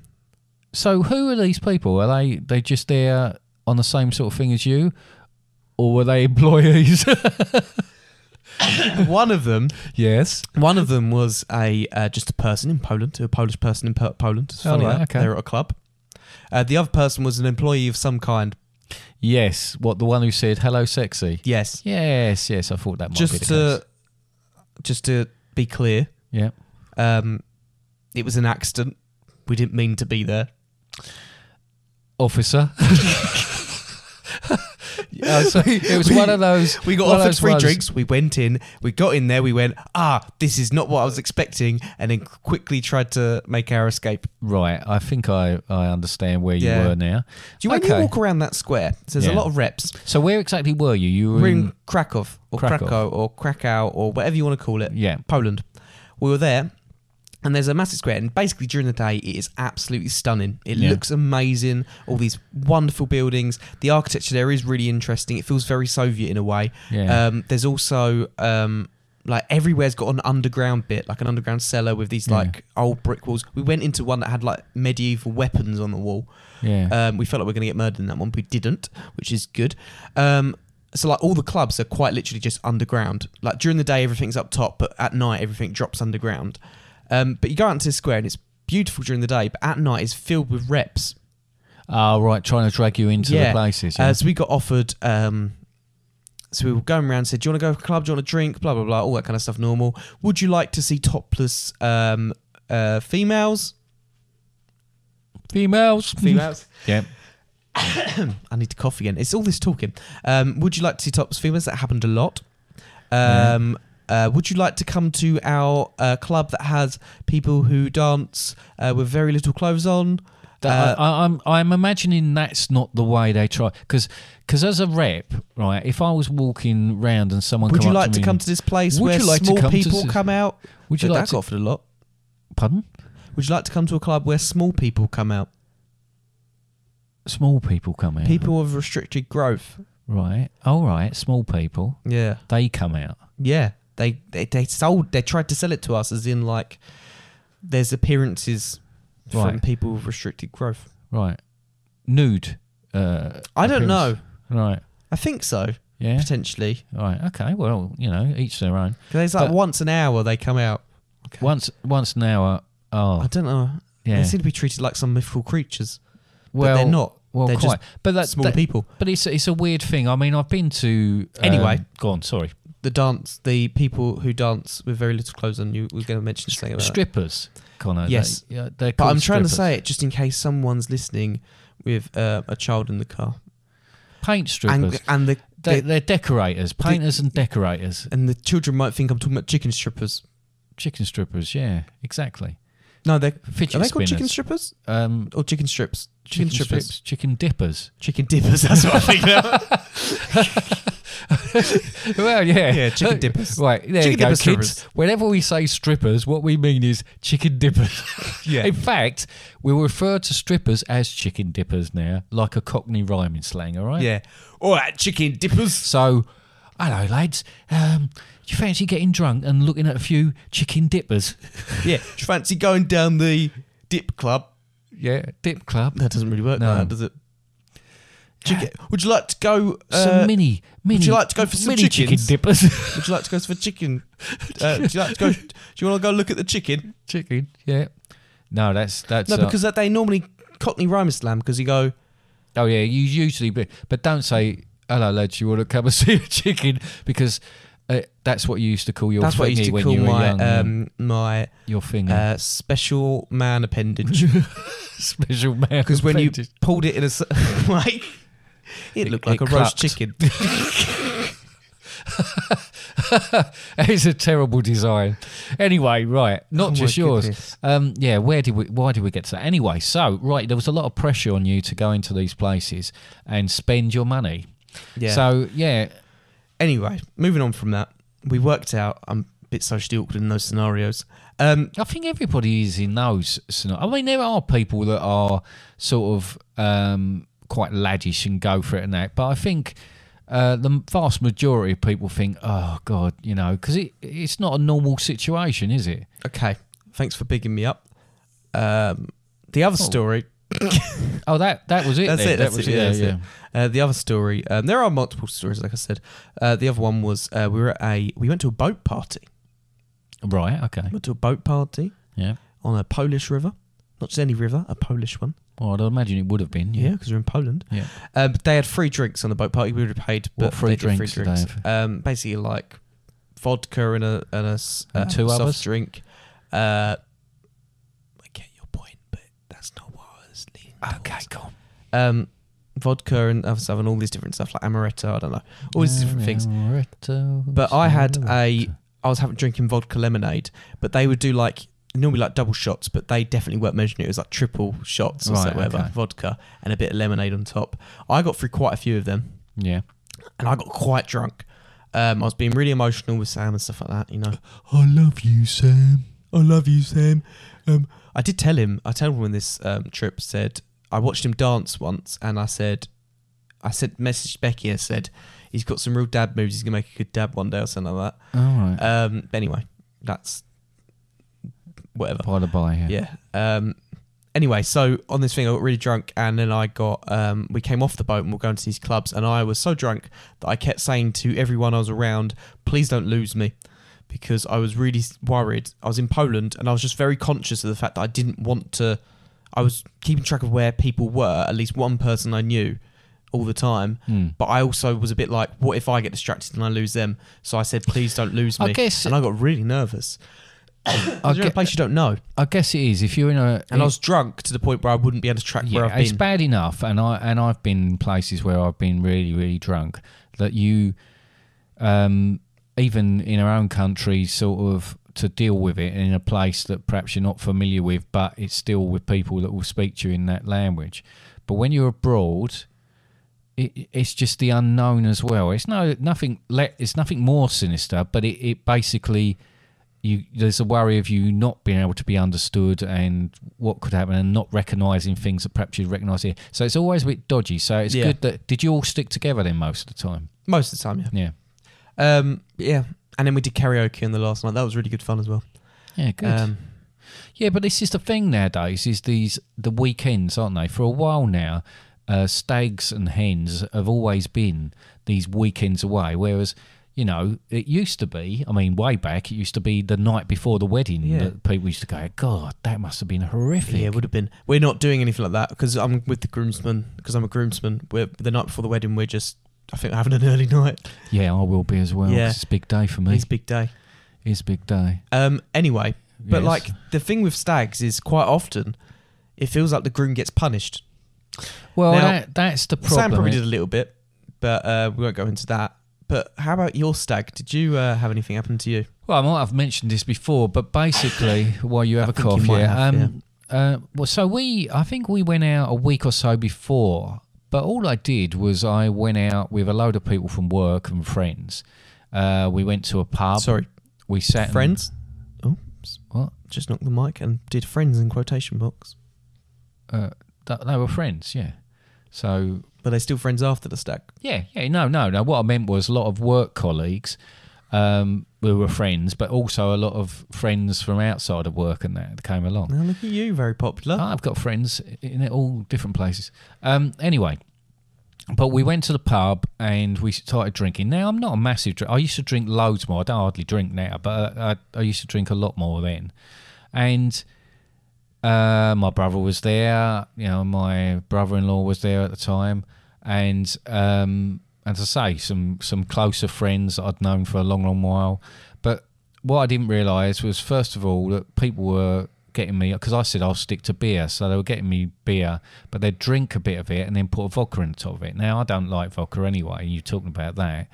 B: So who are these people? Are they they just there on the same sort of thing as you, or were they [laughs] employees?
A: [laughs] one of them,
B: yes.
A: one of them was a uh, just a person in Poland, a Polish person in po- Poland. It's
B: Oh,
A: funny
B: right,
A: that.
B: okay.
A: They were at a club. Uh, the other person was an employee of some kind.
B: Yes. What the one who said hello, sexy?
A: Yes,
B: Yes. Yes. I thought that might be
A: just uh,
B: the
A: to
B: case.
A: just to be clear,
B: Yeah.
A: Um, it was an accident. We didn't mean to be there.
B: Officer. [laughs] Yeah, so it was one of those.
A: We got
B: one of
A: offered
B: those
A: free
B: ones-
A: drinks. We went in. We got in there. We went, ah, this is not what I was expecting, and then quickly tried to make our escape.
B: Right. I think I, I understand where you
A: Yeah.
B: were now.
A: Do you, when
B: Okay.
A: you walk around that square, there's
B: Yeah.
A: a lot of reps.
B: So where exactly were you? You were
A: We're
B: in
A: in Krakow or
B: Krakow.
A: Krakow or Krakow or whatever you want to call it.
B: Yeah.
A: Poland. We were there, and there's a massive square. And basically, during the day, it is absolutely stunning. It
B: Yeah.
A: looks amazing. All these wonderful buildings. The architecture there is really interesting. It feels very Soviet in a way.
B: Yeah.
A: Um, there's also um, like everywhere's got an underground bit, like an underground cellar with these like old brick walls. We went into one that had like medieval weapons on the wall.
B: Yeah.
A: Um, we felt like we were going to get murdered in that one, but we didn't, which is good. Um, so like all the clubs are quite literally just underground. Like during the day, everything's up top, but at night everything drops underground. Um, but you go out into the square and it's beautiful during the day, but at night it's filled with reps.
B: Oh, right, trying to drag you into the places. yeah.
A: Uh, so we got offered. Um, so we were going around, said, "Do you want to go to a club? Do you want to drink? Blah blah blah, all that kind of stuff. Normal. Would you like to see topless um, uh, females?
B: females,
A: Females.
B: [laughs] yeah,
A: I need to cough again. It's all this talking. Um, would you like to see topless females? That happened a lot.
B: Yeah.
A: Um, uh, would you like to come to our uh, club that has people who dance uh, with very little clothes on? Uh,
B: That- I, I, I'm I'm imagining that's not the way they try because as a rep, right? If I was walking round and someone
A: Would
B: come
A: you
B: up
A: like
B: to,
A: to
B: me
A: come
B: and-
A: to this place
B: Would
A: where
B: you like to
A: small
B: come to
A: people
B: this-
A: come out?
B: Would you
A: That-
B: like
A: that
B: to-
A: got offered a lot?
B: pardon
A: Would you like to come to a club where small people come out?
B: small people come out
A: People of restricted growth.
B: right? All right, small people
A: Yeah.
B: they come out.
A: Yeah. They, they they sold they tried to sell it to us as in like there's appearances from
B: Right.
A: people with restricted growth.
B: Right, nude. Uh,
A: I don't
B: appearance. Right.
A: I think so,
B: Yeah.
A: potentially.
B: Right. Okay. Well, you know, each their own.
A: 'Cause there's like
B: But-
A: once an hour they come out.
B: Once once an hour. Oh,
A: I don't know.
B: Yeah.
A: They seem to be treated like some mythical creatures.
B: well,
A: they're not.
B: Well,
A: They're
B: quite.
A: just
B: but that,
A: small
B: that-
A: people.
B: But it's it's a weird thing. I mean, I've been to um,
A: Anyway.
B: Go on. Sorry.
A: The dance, the people who dance with very little clothes on, you were going to mention something about that.
B: Strippers, Connor.
A: Yes.
B: They, yeah, they're
A: But
B: called
A: I'm trying to
B: strippers.
A: say it just in case someone's listening with uh, a child in the car.
B: paint strippers.
A: And, and the,
B: they,
A: the
B: they're decorators, painters, and decorators.
A: and the children might think I'm talking about chicken strippers.
B: Chicken strippers. Yeah, exactly.
A: No, they're
B: Fidget
A: are they called chicken strippers
B: spinners. Um,
A: or chicken strips? Chicken,
B: chicken
A: strippers,
B: strips, chicken dippers. [laughs]
A: chicken dippers. That's what I think. now.
B: well,
A: [laughs]
B: yeah,
A: Yeah, chicken dippers.
B: [laughs] Right there
A: Chicken
B: you go,
A: dipper
B: kids.
A: strippers.
B: Whenever we say strippers, what we mean is chicken dippers.
A: [laughs] Yeah.
B: In fact, we refer to strippers as chicken dippers now, like a Cockney rhyming slang. All right.
A: yeah. All right, chicken
B: [laughs]
A: dippers.
B: So, hello, lads. Um, do you fancy getting drunk and looking at a few chicken dippers?
A: Yeah. Do you Fancy going down the dip club?
B: Yeah, dip club.
A: That doesn't really work,
B: No.
A: like that, does it? Chicken. Would you like to go?
B: Some
A: uh,
B: mini, mini.
A: Would you like to go for some
B: mini chicken
A: chickens? [laughs]
B: dippers?
A: Would you like to go for chicken? Uh, do you like to go? Do you want to go look at the chicken?
B: chicken. Yeah. No, that's that's
A: No,
B: uh,
A: because that they normally Cockney rhyme slam because you go.
B: Oh yeah, you usually be, but don't say hello, lads. You want to [laughs] come and see a chicken because uh, that's what you used to call your
A: That's
B: thingy
A: what I used to
B: when
A: call
B: you were
A: my
B: young.
A: um my
B: your finger,
A: uh, special man appendage
B: [laughs] special man.
A: because when you
B: appendage.
A: pulled it in a s- [laughs] like it looked
B: it [laughs]
A: like a roast
B: clucked.
A: chicken.
B: [laughs] it's a terrible design. Anyway, right, not
A: Oh my
B: just yours.
A: goodness.
B: Um, yeah, where did we? Why did we get to that? Anyway, so right, there was a lot of pressure on you to go into these places and spend your money.
A: Yeah.
B: So yeah,
A: Anyway, moving on from that, we worked out. I'm a bit socially awkward in those scenarios. Um,
B: I think everybody is in those. scenari- I mean, there are people that are sort of um, quite laddish and go for it and that, but I think uh, the vast majority of people think, "Oh God," you know, because it, it's not a normal situation, is it?
A: okay, thanks for bigging me up. Um, the other story.
B: Oh, that that was it.
A: That's
B: then.
A: it.
B: That
A: That's
B: was
A: it. Yeah, that's
B: yeah.
A: it. Uh, the other story. Um, there are multiple stories, like I said. Uh, the other one was uh, we were at a we went to a boat party.
B: Right. Okay.
A: We went to a boat party
B: Yeah.
A: on a Polish river, not just any river, a Polish one.
B: Well, I'd imagine it would have been.
A: Yeah,
B: Yeah.
A: because we're in Poland.
B: Yeah.
A: Um, but they had free drinks on the boat party. We would have paid.
B: What
A: but
B: free
A: they did
B: drinks did they have?
A: Um, basically like vodka and a and a s-
B: And
A: uh,
B: two
A: soft
B: others?
A: drink. Uh, I get your point, but that's not what I was leading.
B: Okay.
A: towards.
B: Go on.
A: Um, vodka and other stuff and all these different stuff like amaretto. I don't know all these different things.
B: uh, Oh,
A: But I had a. I was having drinking vodka lemonade, but they would do like normally like double shots, but they definitely weren't measuring it. It was like triple shots or
B: Right,
A: something, whatever,
B: okay.
A: vodka and a bit of lemonade on top. I got through quite a few of them,
B: Yeah.
A: and I got quite drunk. Um, I was being really emotional with Sam and stuff like that, you know.
B: I love you, Sam.
A: I love you, Sam. Um, I did tell him. I told him on this um, trip. Said I watched him dance once, and I said, I said, messaged Becky and said, he's got some real dad moves. He's gonna make a good dad one day or something like that.
B: All right.
A: Um, but anyway, that's whatever.
B: By the by, yeah.
A: Yeah. Um, anyway, so on this thing, I got really drunk, and then I got. Um, we came off the boat and we we're going to these clubs, and I was so drunk that I kept saying to everyone I was around, "Please don't lose me." Because I was really worried. I was in Poland and I was just very conscious of the fact that I didn't want to. I was keeping track of where people were, at least one person I knew all the time.
B: Hmm.
A: But I also was a bit like, what if I get distracted and I lose them? So I said, please don't lose me.
B: I guess-
A: and I got really nervous. [coughs]
B: I,
A: You're in a
B: gue-
A: place you don't know.
B: I guess it is. If you're in a
A: And I was drunk to the point where I wouldn't be able to track where I've
B: it's
A: been.
B: bad enough, and I and I've been in places where I've been really really drunk that you, um, even in our own country, sort of to deal with it in a place that perhaps you're not familiar with, but it's still with people that will speak to you in that language. But when you're abroad, it, it's just the unknown as well. It's no nothing. le- It's nothing more sinister, but it, it basically you there's a worry of you not being able to be understood and what could happen and not recognizing things that perhaps you'd recognize here. So it's always a bit dodgy. So it's
A: Yeah.
B: good that did you all stick together then most of the time?
A: Most of the time, yeah.
B: Yeah.
A: Um, yeah. And then we did karaoke in the last night. That was really good fun as well.
B: Yeah, good.
A: Um,
B: Yeah, but this is the thing nowadays: is these the weekends, aren't they? For a while now, uh, stags and hens have always been these weekends away. Whereas, you know, it used to be. I mean, way back, it used to be the night before the wedding
A: Yeah.
B: that people used to go, "God, that must have been horrific."
A: yeah, it would have been. We're not doing anything like that because I'm with the groomsmen. Because I'm a groomsman. We're the night before the wedding. We're just, I think, we're having an early night.
B: Yeah, I will be as well. 'cause
A: Yeah.
B: It's a big day for me.
A: It's a big day.
B: It's a big day.
A: Um, anyway, but
B: Yes.
A: like the thing with stags is quite often, it feels like the groom gets punished.
B: Well,
A: Now,
B: that, that's the problem.
A: Sam probably
B: eh?
A: did a little bit, but uh, we won't go into that. But how about your stag? Did you uh, have anything happen to you?
B: Well, I might have mentioned this before,
A: [laughs]
B: but basically, while you have a
A: think you
B: cough,
A: might
B: yeah.
A: have,
B: um, Uh, well, so we, I think we went out a week or so before, but all I did was I went out with a load of people from work and friends. Uh, we went to a pub.
A: Sorry,
B: we sat. and-
A: friends. Oh,
B: what?
A: just knocked the mic and did friends in quotation marks.
B: Uh, th- they were friends, yeah. So
A: But they still friends after the stag.
B: Yeah, yeah, no, no, no. What I meant was a lot of work colleagues um, who were friends, but also a lot of friends from outside of work and that came along.
A: Now look at you, very popular.
B: Ah, I've got friends in all different places. Um, anyway, but we went to the pub and we started drinking. Now I'm not a massive drinker. I used to drink loads more. I don't hardly drink now, but I, I, I used to drink a lot more then. And uh, my brother was there. You know, my brother-in-law was there at the time, and um, as I say, some some closer friends that I'd known for a long, long while. But what I didn't realise was, first of all, that people were getting me because I said I'll stick to beer, so they were getting me beer, but they'd drink a bit of it and then put a vodka on top of it. Now I don't like vodka anyway. and You're talking about that,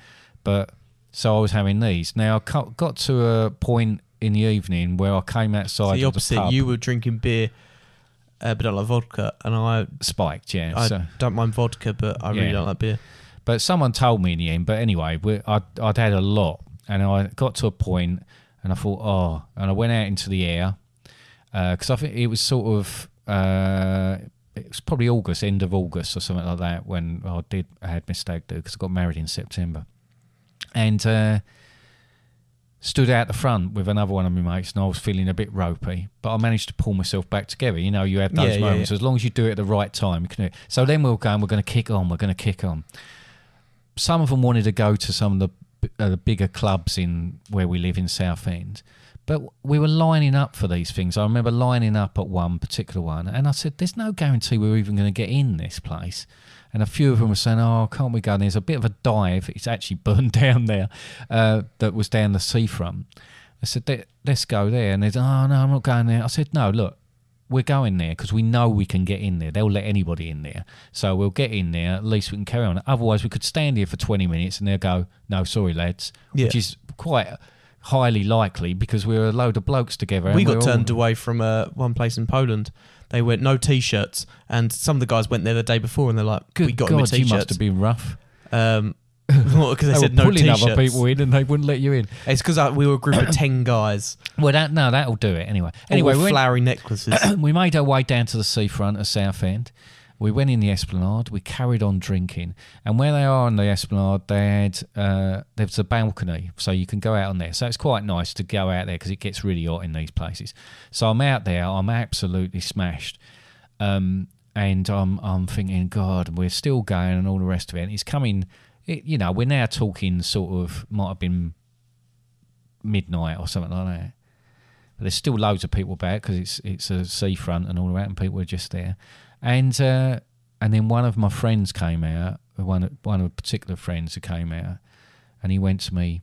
B: but So I was having these. Now I co- got to a point in the evening where I came outside.
A: the
B: of
A: opposite.
B: pub,
A: you were drinking beer, uh, but I like vodka, and I
B: spiked, yeah.
A: I
B: so.
A: don't mind vodka, but I
B: Yeah.
A: really don't like beer.
B: But someone told me in the end. But anyway, we, I'd, I'd had a lot, and I got to a point, and I thought, oh, and I went out into the air because I think it was sort of uh, it was probably August, end of August or something like that when I did I had my stag do because I got married in September, and uh, stood out the front with another one of my mates, and I was feeling a bit ropey, but I managed to pull myself back together. You know, you have those
A: Yeah, yeah,
B: moments.
A: yeah.
B: As long as you do it at the right time, you can. Do it. So then we'll go and we're going to kick on. We're going to kick on some of them wanted to go to some of the, uh, the bigger clubs in where we live in Southend. But we were lining up for these things. I remember lining up at one particular one, and I said, "There's no guarantee we're even going to get in this place." And a few of them were saying, "Oh, can't we go?" And there's a bit of a dive. It's actually [laughs] burned down there. Uh, that was down the seafront. I said, "Let- "Let's go there." And they said, "Oh no, I'm not going there." I said, "No, look, we're going there because we know we can get in there. They'll let anybody in there. So we'll get in there. At least we can carry on. Otherwise, we could stand here for 20 minutes and they'll go, no, sorry, lads,
A: Yeah.
B: which is quite highly likely because we were a load of blokes together. and
A: we
B: we're
A: got
B: all-
A: turned away from uh, one place in Poland. They went no t-shirts, and some of the guys went there the day before, and they're like,
B: Good
A: "We got
B: God,
A: him a t-shirt."
B: you must have been rough. [laughs]
A: Um, [laughs] because they,
B: They,
A: said
B: were
A: no
B: pulling
A: t-shirts.
B: other people in and they wouldn't let you in.
A: It's because we were a group of [coughs] ten guys.
B: Well, that no, that'll do it anyway. Anyway,
A: all
B: we
A: with
B: went-
A: flowery necklaces. [coughs]
B: we made our way down to the seafront at Southend. We went in the Esplanade. We carried on drinking, and where they are on the Esplanade, they had uh, there's a balcony, so you can go out on there. So it's quite nice to go out there because it gets really hot in these places. So I'm out there. I'm absolutely smashed, um, and I'm I'm thinking, God, we're still going, and all the rest of it. And it's coming. It, you know, we're now talking sort of might have been midnight or something like that. But there's still loads of people about because it's it's a seafront and all that, and people are just there. And uh, and then one of my friends came out, one one of the particular friends who came out, and he went to me.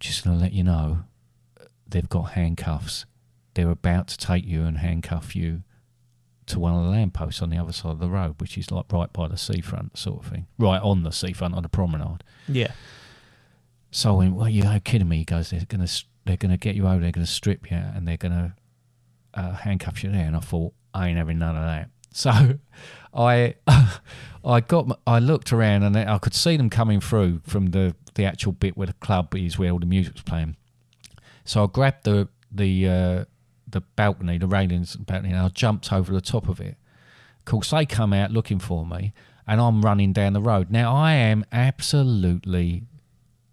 B: Just gonna let you know, they've got handcuffs. They're about to take you and handcuff you to one of the lampposts on the other side of the road, which is like right by the seafront sort of thing, right on the seafront on the promenade.
A: yeah,
B: So I went, well, you're kidding me. He goes, they're going to they're gonna get you over, they're going to strip you, and they're going to uh, handcuff you there. And I thought, I ain't having none of that. [laughs] So I [laughs] I got my- I looked around and I could see them coming through from the, the actual bit where the club is, where all the music's playing. So I grabbed the the uh, the balcony, the railings of the balcony, and I jumped over the top of it. Of course, they come out looking for me, and I'm running down the road. Now I am absolutely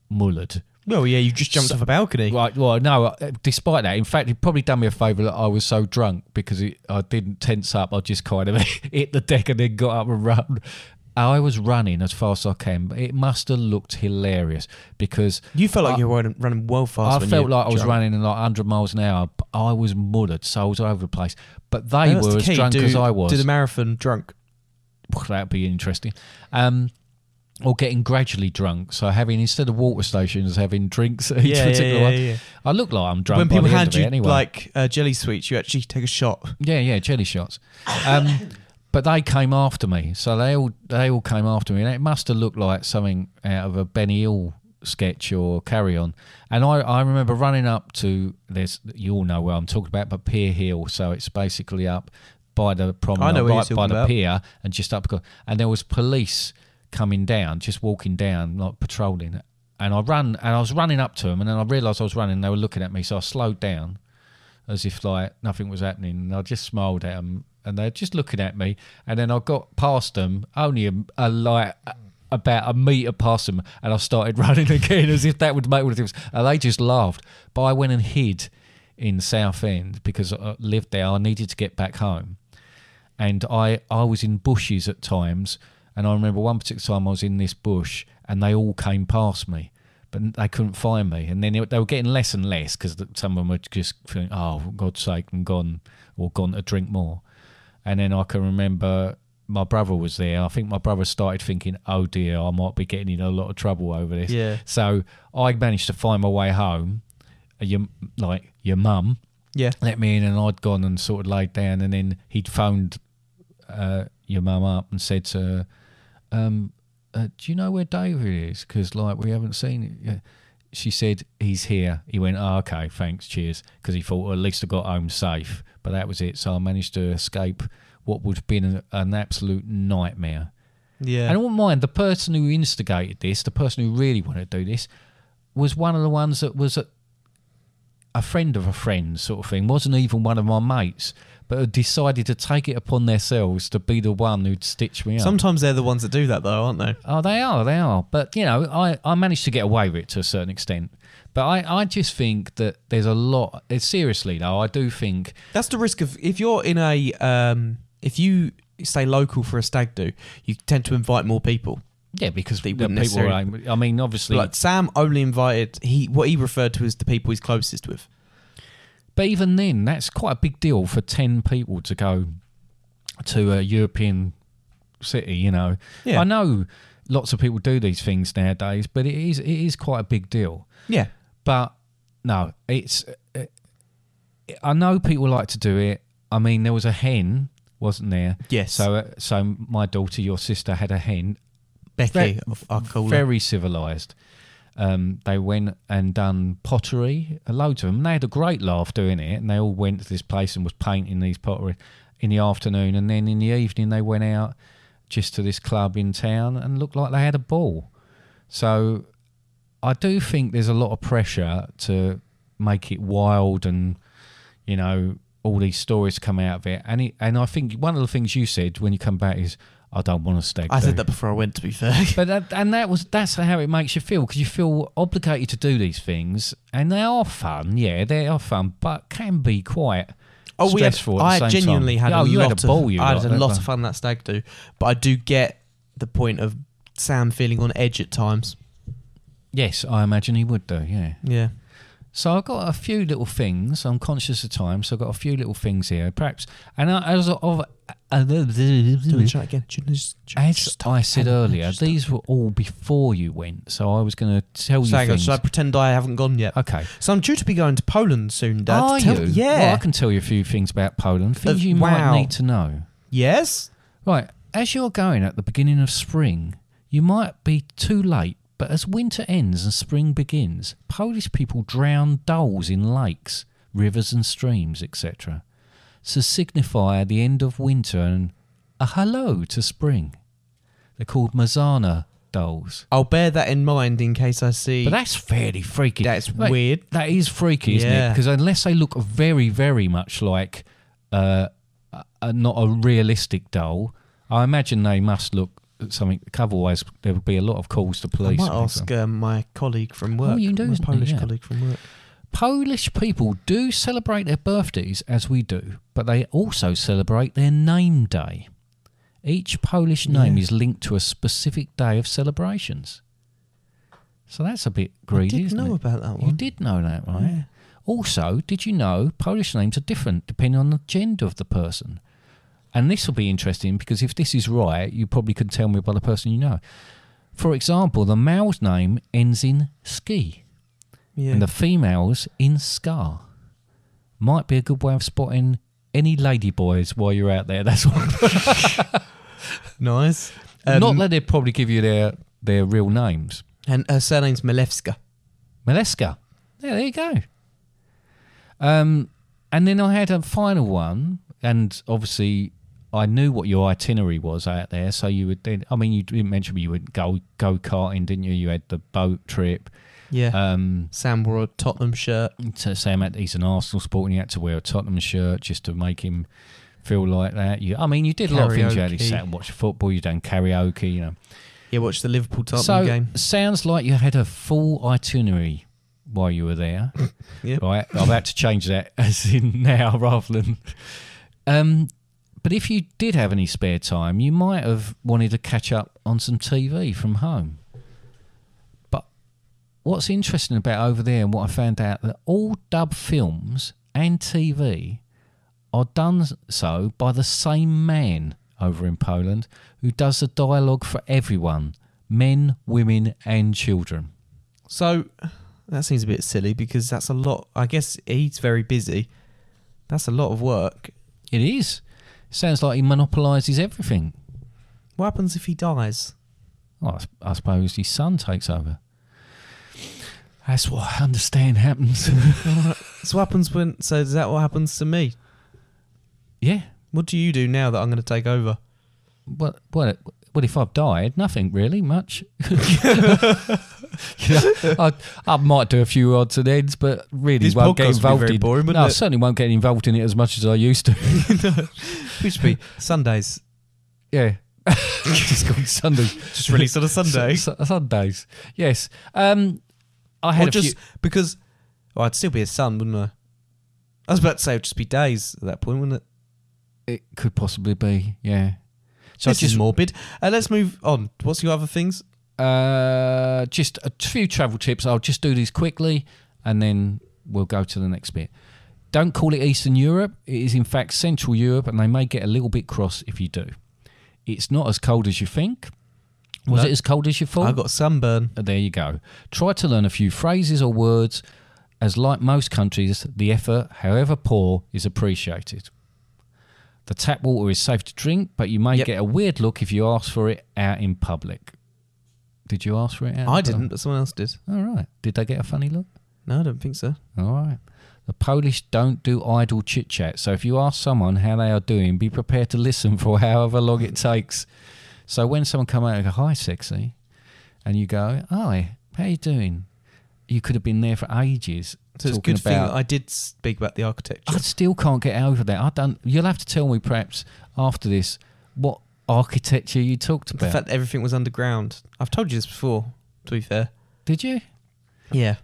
B: mullered.
A: well, yeah, you just jumped off a balcony.
B: Right. Well, no. uh, Despite that, in fact, it probably done me a favour that I was so drunk because it, I didn't tense up. I just kind of [laughs] hit the deck and then got up and run. I was running as fast as I can. But it must have looked hilarious because
A: you felt like
B: I-
A: you were running, running well fast.
B: I
A: when
B: felt
A: you
B: like I was
A: jumped.
B: running like 100 miles an hour. But I was mullered, so I was all over the place. But they
A: And that's
B: were
A: the
B: as
A: key,
B: drunk
A: do-
B: as I was.
A: Do the marathon drunk?
B: Well, [laughs] that'd be interesting. Um, or getting gradually drunk, so having instead of water stations, having drinks [laughs] at
A: Yeah,
B: each
A: yeah,
B: particular
A: yeah,
B: one.
A: yeah.
B: I look like I'm drunk.
A: when
B: by
A: people
B: the end
A: hand
B: of
A: you
B: it anyway.
A: like uh, jelly sweets, you actually take a shot.
B: Yeah, yeah, jelly shots.
A: [laughs]
B: Um, but they came after me, so they all they all came after me, and it must have looked like something out of a Benny Hill sketch or Carry On. And I, I remember running up to this. You all know where I'm talking about, but Pier Hill. So it's basically up by the promenade,
A: I know where you're
B: right by
A: talking
B: the
A: about.
B: pier, and just up. And there was police coming down, just walking down, like patrolling. And I run, and I was running up to them, and then I realised I was running. and They were looking at me, so I slowed down as if like nothing was happening. And I just smiled at them, and they're just looking at me. And then I got past them, only a, a like about a meter past them, and I started [laughs] running again as if that would make all the difference. And they just laughed. But I went and hid in Southend because I lived there. I needed to get back home, and I I was in bushes at times. And I remember one particular time I was in this bush, and they all came past me but they couldn't find me. And then they, they were getting less and less because some of them were just feeling, oh, for God's sake, and gone or gone to drink more. And then I can remember my brother was there. I think my brother started thinking, oh dear, I might be getting in a lot of trouble over this.
A: Yeah.
B: So I managed to find my way home. Uh, Your, like your mum
A: Yeah,
B: let me in and I'd gone and sort of laid down and then he'd phoned uh, your mum up and said to her, um, uh, "Do you know where David is? Because like we haven't seen it yet." She said, "He's here." He went, oh, "Okay, thanks, cheers," because he thought well, at least I got home safe. But that was it. So I managed to escape what would have been an, an absolute nightmare.
A: Yeah.
B: And I wouldn't mind the person who instigated this, the person who really wanted to do this, was one of the ones that was a, a friend of a friend, sort of thing. wasn't even one of my mates, but had decided to take it upon themselves to be the one who'd stitch me up.
A: Sometimes they're the ones that do that, though, aren't they?
B: Oh, they are, they are. But you know, I, I managed to get away with it to a certain extent. But I, I just think that there's a lot. It's seriously though, I do think
A: That's the risk of if you're in a um, if you stay local for a stag do, you tend to invite more people.
B: yeah because
A: They
B: the
A: wouldn't
B: people. Are,
A: necessarily-
B: I mean, obviously,
A: Like Sam only invited he what he referred to as the people he's closest with.
B: But even then, that's quite a big deal for 10 people to go to a European city, you know.
A: Yeah.
B: I know lots of people do these things nowadays, but it is it is quite a big deal.
A: Yeah,
B: But no, it's uh, I know people like to do it. I mean, there was a hen, wasn't there?
A: Yes.
B: So uh, so my daughter, your sister had a hen
A: Becky,
B: Very-
A: I call her.
B: very civilized. Um, they went and done pottery, uh, loads of them. They had a great laugh doing it, and they all went to this place and was painting these pottery in the afternoon, and then in the evening they went out just to this club in town and looked like they had a ball. So I do think there's a lot of pressure to make it wild and you know all these stories come out of it, and it, and I think one of the things you said when you come back is I don't want to stay.
A: I said that before I went. To be fair, [laughs]
B: [laughs] But that, and that was that's how it makes you feel because you feel obligated to do these things, and they are fun. Yeah, they are fun, but can be quite
A: oh, we had,
B: stressful. at the
A: I
B: same
A: genuinely
B: time.
A: had
B: oh,
A: a
B: you
A: lot
B: had a ball.
A: of
B: you
A: I had
B: lot,
A: a lot
B: but-
A: of fun that stag do, but I do get the point of Sam feeling on edge at times.
B: Yes, I imagine he would do. Yeah.
A: Yeah,
B: So I've got a few little things. I'm conscious of time, so I've got a few little things here. Perhaps, and I, as of
A: do it try again. Shouldn't I just- should I
B: Mm. as
A: just-
B: I said
A: Hang on,
B: earlier,
A: just-
B: these were all before you went. So I was going to tell you
A: So hang on,
B: things.
A: should I pretend I haven't gone yet?
B: Okay.
A: So I'm due to be going to Poland soon, Dad.
B: Are
A: Tell-
B: you?
A: Yeah.
B: Well, I can tell you a few things about Poland. Things
A: Uh,
B: you
A: wow.
B: might need to know.
A: Yes.
B: Right, as you're going at the beginning of spring, you might be too late, but as winter ends and spring begins, Polish people drown dolls in lakes, rivers, and streams, etc., to signify the end of winter and a hello to spring. They're called Mazana dolls.
A: I'll bear that in mind in case I see.
B: But that's fairly freaky.
A: That's
B: Like,
A: weird.
B: That is freaky, isn't it?
A: Yeah.
B: Because unless they look very, very much like uh, a- a, not a realistic doll, I imagine they must look something. 'cause Otherwise, there would be a lot of calls to
A: I
B: police.
A: might
B: for
A: ask
B: example.
A: uh, my colleague from work.
B: you do,
A: my
B: isn't it?
A: Polish
B: Yeah.
A: colleague from work.
B: Polish people do celebrate their birthdays as we do, but they also celebrate their name day. Each Polish name is linked to a specific day of celebrations. So that's a bit greedy,
A: did
B: isn't
A: know
B: it?
A: about that
B: You
A: one.
B: did know that, right? Also, did you know Polish names are different depending on the gender of the person? And this will be interesting because if this is right, you probably could tell me by the person you know. For example, the male's name ends in ski
A: Yeah.
B: and the females in Scar. Might be a good way of spotting any ladyboys while you're out there. That's all.
A: nice.
B: Not that they'd probably give you their, their real names.
A: and her surname's Malewska.
B: Maleska. Yeah, there you go. Um, and then I had a final one, and obviously I knew what your itinerary was out there. So you would then, I mean, you didn't mention you would go go karting, didn't you? You had the boat trip.
A: Yeah.
B: Um,
A: Sam wore a Tottenham shirt.
B: to Sam had, he's an Arsenal sport and he had to wear a Tottenham shirt just to make him feel like that. You, I mean, you did a lot of things. You had to
A: Karaoke.
B: sat and watch football. You done karaoke. You know,
A: Yeah, watched the Liverpool Tottenham
B: so
A: game.
B: sounds like you had a full itinerary while you were there.
A: [laughs] Yep.
B: Right, I've had to change that [laughs] as in now rather than. Um, but if you did have any spare time, you might have wanted to catch up on some TV from home. But what's interesting about over there and what I found out that all dub films and TV are done so by the same man over in Poland who does the dialogue for everyone men, women, and children.
A: So that seems a bit silly because that's a lot. I guess he's very busy. That's a lot of work.
B: It is. Sounds like he monopolises everything.
A: What happens if he dies?
B: Well, I s- I, suppose his son takes over. That's what I understand happens. [laughs]
A: So what happens when? So is that what happens to me?
B: yeah.
A: What do you do now that I'm going to take over?
B: What? What? What if I've died? Nothing really much. [laughs] You know, I, I might do a few odds and ends, but really
A: This
B: won't get
A: podcast would be
B: involved
A: very
B: in.
A: boring, wouldn't
B: no, I
A: it?
B: certainly won't get involved in it as much as I used to.
A: We should be [laughs] Sundays.
B: yeah, [laughs] it's called Sundays.
A: Just release on a Sunday.
B: Su- su- Sundays. Yes. Um, I had
A: or
B: a few-
A: just because well, I'd still be a son, wouldn't I? I was about to say it'd just be days at that point, wouldn't it?
B: it could possibly be. Yeah. So I
A: this
B: just
A: is morbid. Uh, let's move on. What's your other things?
B: Uh, just a few travel tips. I'll just do these quickly, and then we'll go to the next bit. Don't call it Eastern Europe. It is in fact Central Europe, and they may get a little bit cross if you do. It's not as cold as you think. Was
A: No.
B: it as cold as you thought?
A: I got sunburn.
B: there you go. Try to learn a few phrases or words, as like most countries, the effort, however poor, is appreciated. The tap water is safe to drink, but you may
A: Yep.
B: get a weird look if you ask for it out in public. Did you ask for it out?
A: I
B: in
A: didn't,
B: public?
A: but someone else did.
B: All right. Did they get a funny look?
A: No, I don't think so.
B: All right. The Polish don't do idle chit chat, so if you ask someone how they are doing, be prepared to listen for however long it takes. So when someone come out and go, "Hi, sexy," and you go, "Hi, how you doing?" You could have been there for ages.
A: So it's a
B: talking
A: good thing
B: about-
A: that I did speak about the architecture.
B: I still can't get over that. I don't. You'll have to tell me perhaps after this what architecture you talked
A: the
B: about.
A: fact that everything was underground. I've told you this before, to be fair.
B: Did you?
A: Yeah.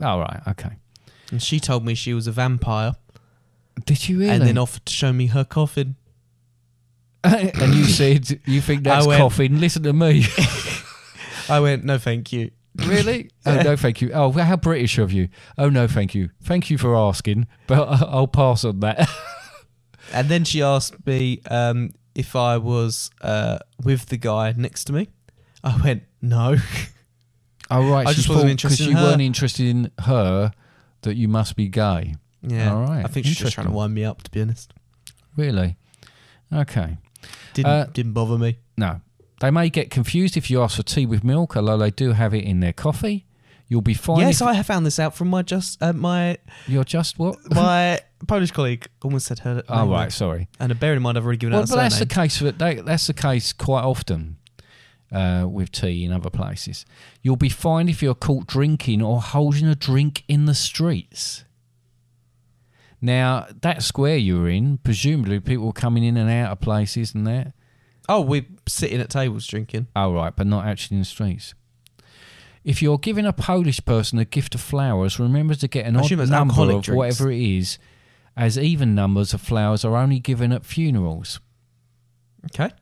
B: All right. Okay.
A: And she told me she was a vampire
B: Did you really?
A: and then offered to show me her coffin.
B: [laughs] and you said you think that's
A: went-
B: coffin. Listen to me. [laughs]
A: I went, no, thank you.
B: Really? Oh no, thank you. Oh, well, how British of you. Oh no, thank you. Thank you for asking, but [laughs] I- I'll pass on that.
A: And then she asked me um, if I was uh, with the guy next to me. I went, no. [laughs]
B: oh, right.
A: I
B: she
A: just wasn't
B: thought-
A: interested in
B: you
A: her.
B: weren't interested in her. That you must be gay.
A: yeah.
B: All right.
A: I think she's just trying to
B: Interesting.
A: wind me up, to be honest.
B: Really? Okay.
A: Didn't,
B: Uh,
A: didn't bother me.
B: No. They may get confused if you ask for tea with milk, although they do have it in their coffee. You'll be fine.
A: Yes,
B: if
A: I found this out from my just uh, my
B: [laughs] You're just what? [laughs]
A: my Polish colleague. Almost said her.
B: Oh,
A: name
B: right.
A: there.
B: Sorry.
A: And uh, bearing in mind, I've already given
B: Well,
A: out.
B: but
A: a
B: that's the
A: surname.
B: case for that, that's the case quite often uh, with tea in other places. You'll be fined if you're caught drinking or holding a drink in the streets. Now that square you were in, presumably people were coming in and out of places and that.
A: Oh, we're sitting at tables drinking.
B: Oh right, but not actually in the streets. If you're giving a Polish person a gift of flowers, remember to get an
A: I
B: odd
A: assume it's
B: number of
A: alcoholic drinks.
B: whatever it is, as even numbers of flowers are only given at funerals.
A: Okay.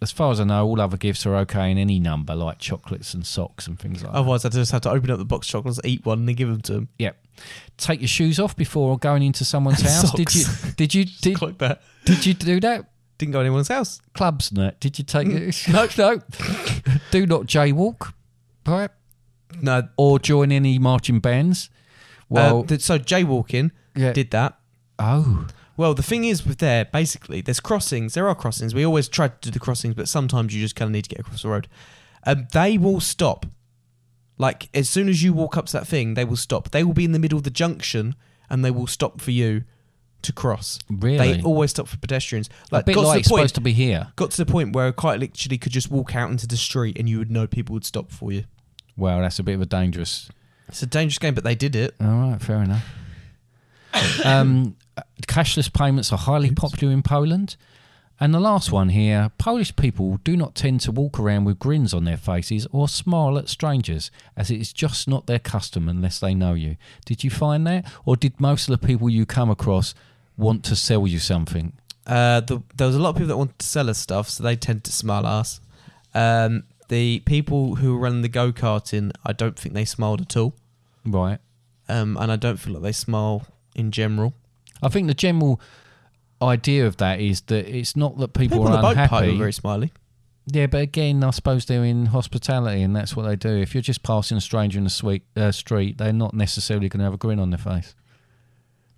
B: as far as I know, all other gifts are okay in any number, like chocolates and socks and things like that.
A: Otherwise, I just have to open up the box of chocolates, eat one, and then give them to him. [laughs]
B: Yep. Take your shoes off before going into someone's
A: And
B: house. Did you?
A: socks. [laughs]
B: Did you? Did,
A: Like that.
B: did you do that?
A: Didn't go anyone's house.
B: Clubs and that. Did you take?
A: Mm.
B: it? [laughs] no, no. do not jaywalk, right?
A: No.
B: Or join any marching bands.
A: Well,
B: Well,
A: uh, th- so jaywalking
B: Yeah.
A: did that.
B: oh,
A: Well, the thing is with there, basically, there's crossings. There are crossings. We always try to do the crossings, but sometimes you just kind of need to get across the road. Um, they will stop. Like, as soon as you walk up to that thing, they will stop. They will be in the middle of the junction and they will stop for you to cross.
B: Really?
A: They always stop for pedestrians.
B: a bit
A: got to
B: like
A: the
B: it's
A: point-
B: supposed to be here.
A: Got to the point where I quite literally could just walk out into the street and you would know people would stop for you.
B: Well, that's a bit of a dangerous
A: It's a dangerous game, but they did it.
B: All right, fair enough. um, cashless payments are highly popular in Poland. And the last one here Polish people do not tend to walk around with grins on their faces or smile at strangers, as it is just not their custom unless they know you. Did you find that? Or did most of the people you come across want to sell you something?
A: Uh, the, there was a lot of people that wanted to sell us stuff, so they tend to smile at us. Um, the people who were running the go karting, I don't think they smiled at all,
B: Right.
A: um, and I don't feel like they smile in general.
B: I think the general idea of that is that it's not that people,
A: People on
B: are
A: the boat
B: unhappy.
A: party were very smiley.
B: Yeah, but again, I suppose they're in hospitality, and that's what they do. If you're just passing a stranger in the sweet, uh, street, they're not necessarily going to have a grin on their face.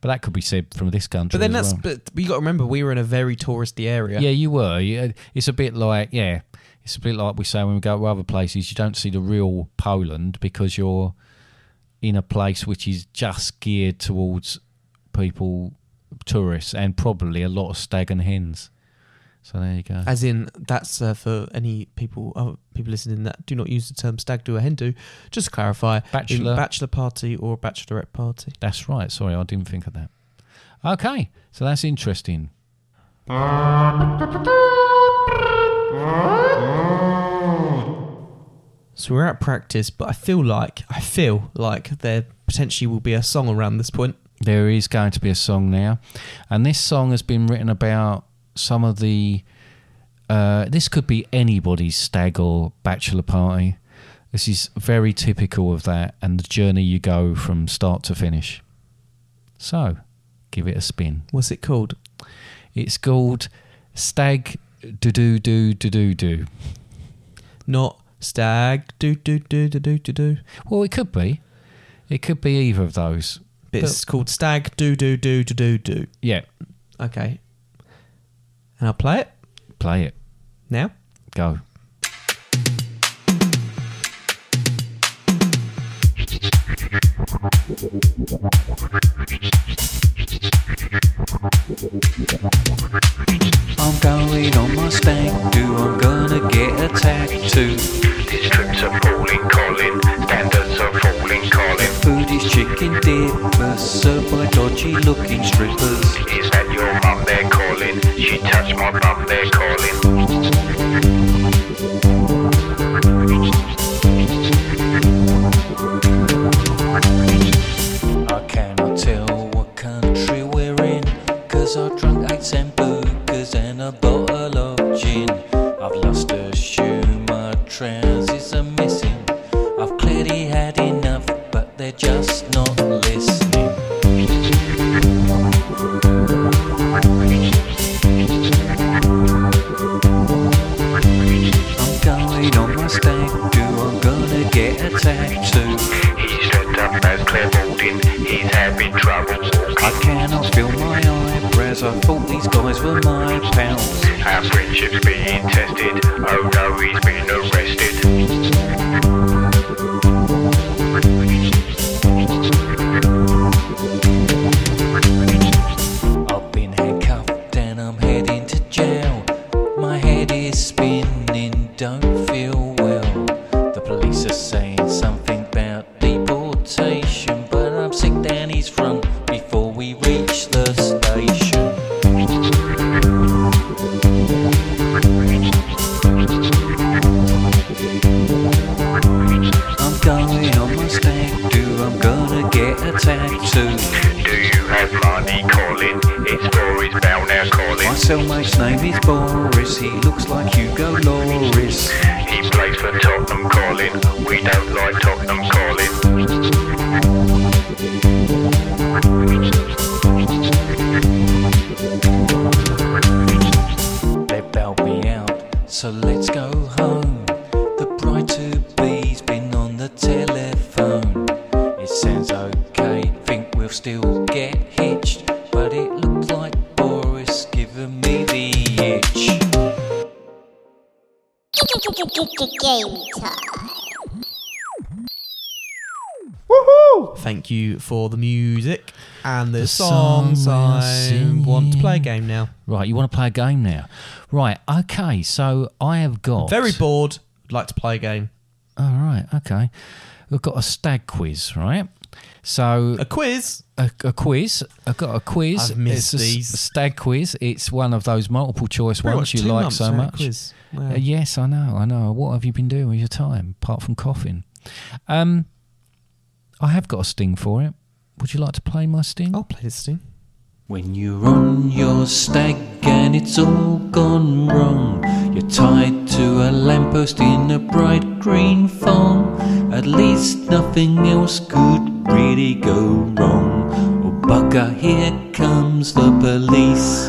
B: But that could be said from this country.
A: But then
B: as
A: that's
B: well.
A: but you got to remember we were in a very touristy area.
B: uh, yeah, you were. Yeah, it's a bit like yeah, It's a bit like we say when we go to other places, you don't see the real Poland because you're in a place which is just geared towards people, tourists, and probably a lot of stag and hens. So there you go.
A: As in, that's uh, for any people oh, people listening that do not use the term stag do or hen do. Just to clarify,
B: Bachelor.
A: in bachelor party or bachelorette party.
B: That's right. Sorry, I didn't think of that. Okay, so that's interesting.
A: So we're at practice, but I feel like I feel like there potentially will be a song around this point.
B: There is going to be a song now, and this song has been written about some of the. Uh, this could be anybody's stag or bachelor party. This is very typical of that and the journey you go from start to finish. So, give it a spin.
A: What's it called?
B: It's called Stag Do Do Do Do Do Do.
A: Not stag do do do do do do do.
B: Well, it could be. It could be either of those.
A: But it's called stag do do do do do do.
B: Yeah,
A: Okay. And I'll play it
B: play it.
A: now.
B: Go.
C: I'm going on my stag do, I'm gonna get a tattoo.
D: Districts are falling, calling. Standards are falling, calling.
C: Food is chicken dippers, served by dodgy looking strippers.
D: Is that your mum they're calling? She touched my bum they're calling.
C: I cannot tell what country we're in, cause I drunk eight hamburgers and a bottle of gin. I've lost a shoe, my trousers are missing. I've clearly had enough, but they're just not listening. I'm going on my stag do, I'm gonna get a tattoo.
D: He's dressed up as Claire Balding. He's having trouble
C: I
D: walking.
C: cannot feel my eyebrows. I thought these guys were my pals.
D: Our friendship's being tested. Oh no, he's been arrested.
C: I've been handcuffed and I'm heading to jail. My head is spinning, don't feel well. The police are saying something about deportation, but I'm sick down his front before we reach the station. I'm going on my stag do, I'm gonna get a tattoo.
D: Do you have money calling? It's for his bell now
C: My
D: calling.
C: cellmate's name is Boris, he looks like Hugo Loris.
D: He plays for Tottenham calling. We don't like Tottenham calling.
C: They bailed me out, so let's go home. The bride to be's been on the telephone. It sounds okay, think we'll still get hitched, but it looks like Boris giving me the itch.
E: Game time.
F: Woohoo!
A: Thank you for the music and the,
B: The
A: songs
B: song we
A: I
B: sing.
A: want to play a game now.
B: Right, you want to play a game now? Right, okay, so I have got.
A: Very bored. Would like to play a game.
B: All right, okay. We've got a stag quiz, right? So
A: A quiz.
B: a, a quiz. I've got a quiz.
A: I've missed
B: it's a s-
A: these.
B: stag quiz. It's one of those multiple choice
A: Pretty
B: ones
A: much
B: you
A: two
B: like
A: months
B: so
A: now,
B: much.
A: quiz. Wow.
B: Uh, yes, I know, I know. What have you been doing with your time apart from coughing? Um, I have got a sting for it. Would you like to play my sting?
A: I'll play this thing.
C: When you're on your stag and it's all gone wrong, you're tied to a lamppost in a bright green thong. At least nothing else could really go wrong. Oh, bugger, here comes the police.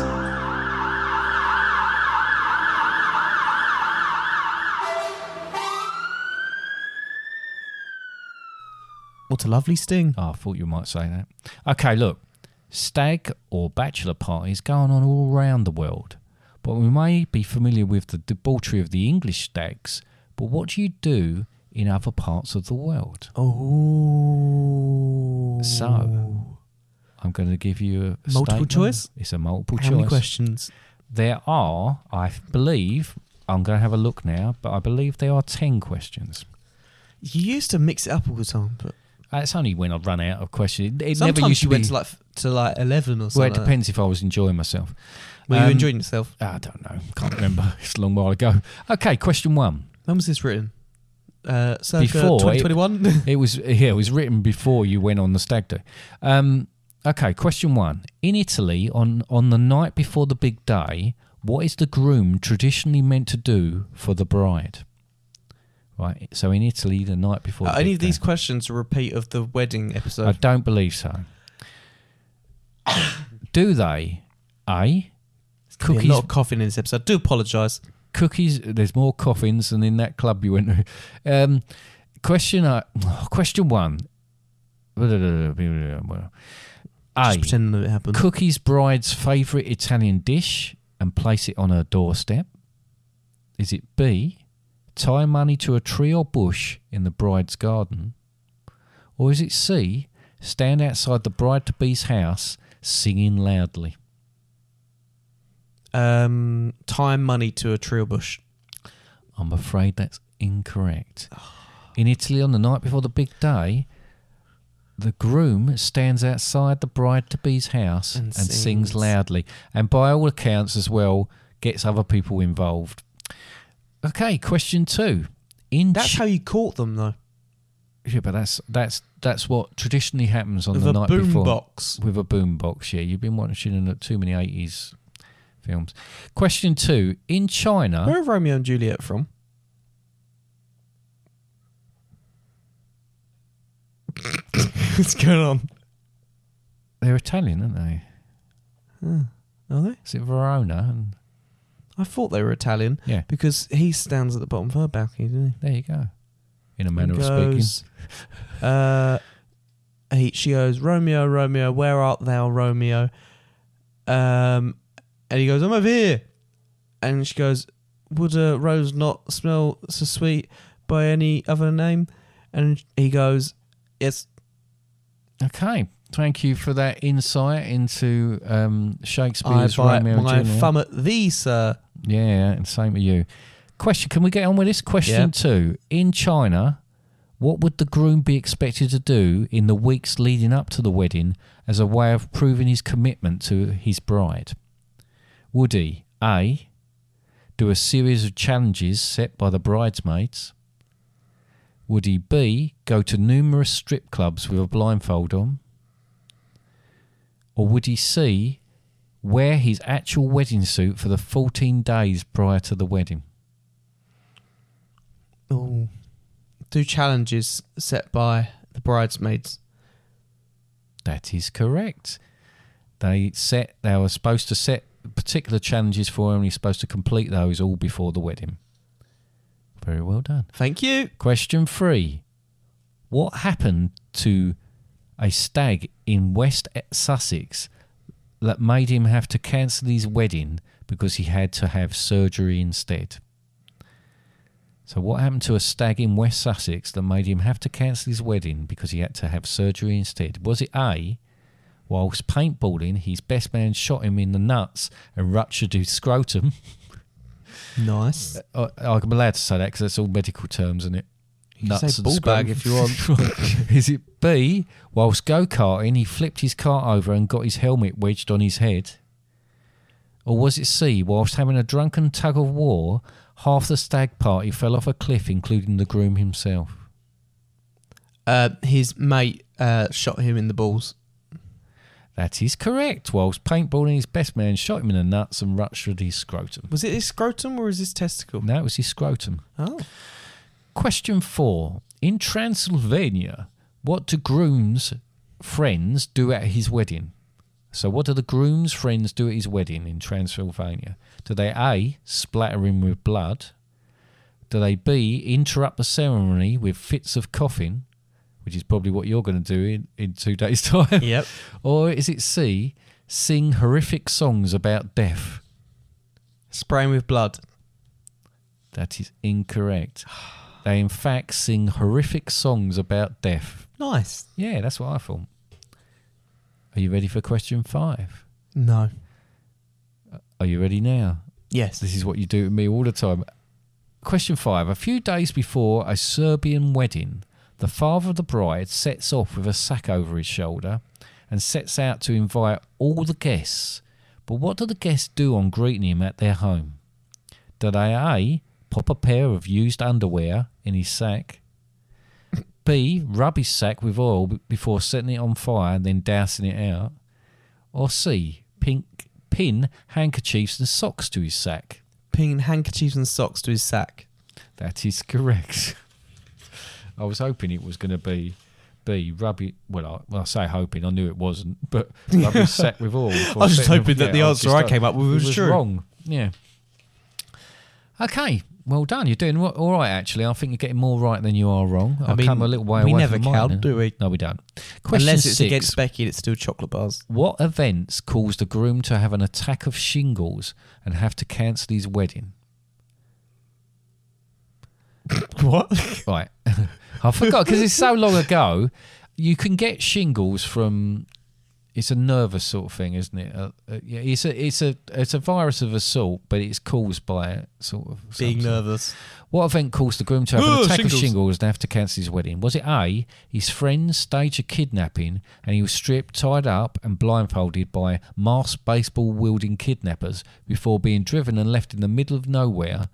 A: What a lovely sting.
B: Oh, I thought you might say that. Okay, look, stag or bachelor parties going on all around the world, But we may be familiar with the debauchery of the English stags, but what do you do in other parts of the world?
A: Oh.
B: So, I'm going to give you a
A: Multiple
B: statement.
A: choice?
B: It's a multiple
A: how
B: choice.
A: many questions?
B: There are, I believe, I'm going to have a look now, but I believe there are 10 questions.
A: You used to mix it up all the time, but
B: That's only when I'd run out of questions. It- It
A: sometimes
B: never used
A: you
B: to
A: went
B: be,
A: to like f- to like eleven or something.
B: Well, it
A: like that.
B: depends if I was enjoying myself.
A: Were
B: Um,
A: you enjoying yourself?
B: I don't know. Can't remember. [laughs] It's a long while ago. Okay, question one.
A: When was this written? Uh, circa
B: [laughs] Before it-
A: 2021. [laughs]
B: It was yeah, it was written before you went on the stag do. Um, okay, question one: In Italy, on on the night before the big day, what is the groom traditionally meant to do for the bride? Right. So in Italy, the night before.
A: Are
B: the
A: Uh, any
B: big
A: of these
B: day.
A: questions a repeat of the wedding
B: I
A: episode?
B: don't believe
A: [coughs]
B: so. do they? A.
A: There's
B: Cookies
A: a lot of coughing in this episode. I do apologise.
B: cookies. There's more coffins than in that club you went to. Um, question uh, question one. A
A: Just pretending that it happened.
B: cookies bride's favourite Italian dish and place it on her doorstep. Is it B? Tie money to a tree or bush in the bride's garden, or is it C? Stand outside the bride to be's house singing loudly.
A: Um, time, money to a tree or bush.
B: I'm afraid that's incorrect. In Italy, on the night before the big day, the groom stands outside the bride to be's house
A: And
B: and, sings.
A: sings.
B: loudly, and by all accounts, as well, gets other people involved. Okay, question two. In
A: That's
B: Ch-
A: how you caught them, though.
B: yeah, but that's that's that's what traditionally happens on
A: With
B: the
A: a
B: night before
A: boombox.
B: with a boombox. Yeah, you've been watching too many '80s films. Question two. In China,
A: Where are Romeo and Juliet from? [laughs] What's going on?
B: they're Italian, aren't they?
A: Are they?
B: Is it Verona? And
A: I thought they were Italian.
B: Yeah.
A: Because he stands at the bottom of her balcony, doesn't he?
B: There you go. In a
A: And
B: manner of
A: goes,
B: speaking.
A: Uh, he, she goes, Romeo, Romeo, where art thou, Romeo? Um, and he goes, I'm over here. And she goes, Would a rose not smell so sweet by any other name? And he goes, Yes.
B: Okay. Thank you for that insight into um,
A: I
B: Shakespeare's
A: bite
B: Romeo
A: my
B: and Juliet.
A: thumb at uh, thee, sir.
B: yeah, and same with you. Question Can we get on with this? Question
A: Yeah.
B: two. In China, what would the groom be expected to do in the weeks leading up to the wedding as a way of proving his commitment to his bride? Would he A. Do a series of challenges set by the bridesmaids? Would he B. Go to numerous strip clubs with a blindfold on? Or would he C. Wear his actual wedding suit for the 14 days prior to the wedding?
A: Oh. Do challenges set by the bridesmaids.
B: That is correct. They set. They were supposed to set particular challenges for him. and He's supposed to complete those all before the wedding. Very well done.
A: Thank you.
B: Question three: What happened to a stag in West Sussex that made him have to cancel his wedding because he had to have surgery instead? So, what happened to a stag in West Sussex that made him have to cancel his wedding because he had to have surgery instead? Was it A? Whilst paintballing, his best man shot him in the nuts and ruptured his scrotum.
A: Nice.
B: I- Uh, I'm allowed to say that because that's all medical terms, isn't it?
A: can say ball bag if you [laughs]
B: want. [laughs] Is it B? Whilst go karting, he flipped his cart over and got his helmet wedged on his head, or was it C? Whilst having a drunken tug of war, half the stag party fell off a cliff, including the groom himself.
A: Uh, his mate uh, shot him in the balls.
B: That is correct. Whilst paintballing, his best man shot him in the nuts and ruptured his scrotum.
A: Was it his scrotum or is his testicle?
B: That was his scrotum.
A: Oh.
B: Question four. In Transylvania, what do groom's friends do at his wedding? So, what do the groom's friends do at his wedding in Transylvania? Do they A, splatter him with blood? Do they B, interrupt the ceremony with fits of coughing, which is probably what you're going to do in, in two days' [laughs] time?
A: Yep.
B: Or is it C, sing horrific songs about death?
A: Spraying with blood.
B: That is incorrect. They in fact sing horrific songs about death.
A: Nice.
B: Yeah, that's what I thought. Are you ready for question five?
A: No.
B: Are you ready now?
A: Yes.
B: This is what you do to me all the time. Question five. A few days before a Serbian wedding, the father of the bride sets off with a sack over his shoulder and sets out to invite all the guests. But what do the guests do on greeting him at their home? Do they A. Pop a pair of used underwear in his sack? B. Rub his sack with oil b- before setting it on fire and then dousing it out? Or C. Pink, pin handkerchiefs and socks to his sack?
A: Pinging handkerchiefs and socks to his sack.
B: That is correct. [laughs] I was hoping it was going to be B. Rub it. Well, I, well, I say hoping. I knew it wasn't,
A: [laughs]
B: but rub his sack with oil.
A: I was just hoping that the answer I came up with was true.
B: wrong. Yeah. Okay. Well done. You're doing wa- all right, actually. I think you're getting more right than you are wrong.
A: I
B: I
A: mean,
B: come a little way
A: we
B: away
A: never
B: from mine
A: count,
B: now.
A: do we?
B: No, we don't. Question
A: Unless it's
B: six.
A: against Becky and it's still chocolate bars.
B: What events caused the groom to have an attack of shingles and have to cancel his wedding?
A: [laughs] What?
B: Right. [laughs] I forgot because it's so long ago. You can get shingles from. It's a nervous sort of thing, isn't it? Uh, uh, yeah, it's a it's a it's a virus of a sort, but it's caused by sort of some
A: [laughs] Being
B: sort.
A: nervous.
B: What event caused the groom to have an
A: Ugh,
B: attack
A: shingles.
B: of shingles and have to cancel his wedding? Was it A, his friends staged a kidnapping and he was stripped, tied up, and blindfolded by masked baseball wielding kidnappers before being driven and left in the middle of nowhere?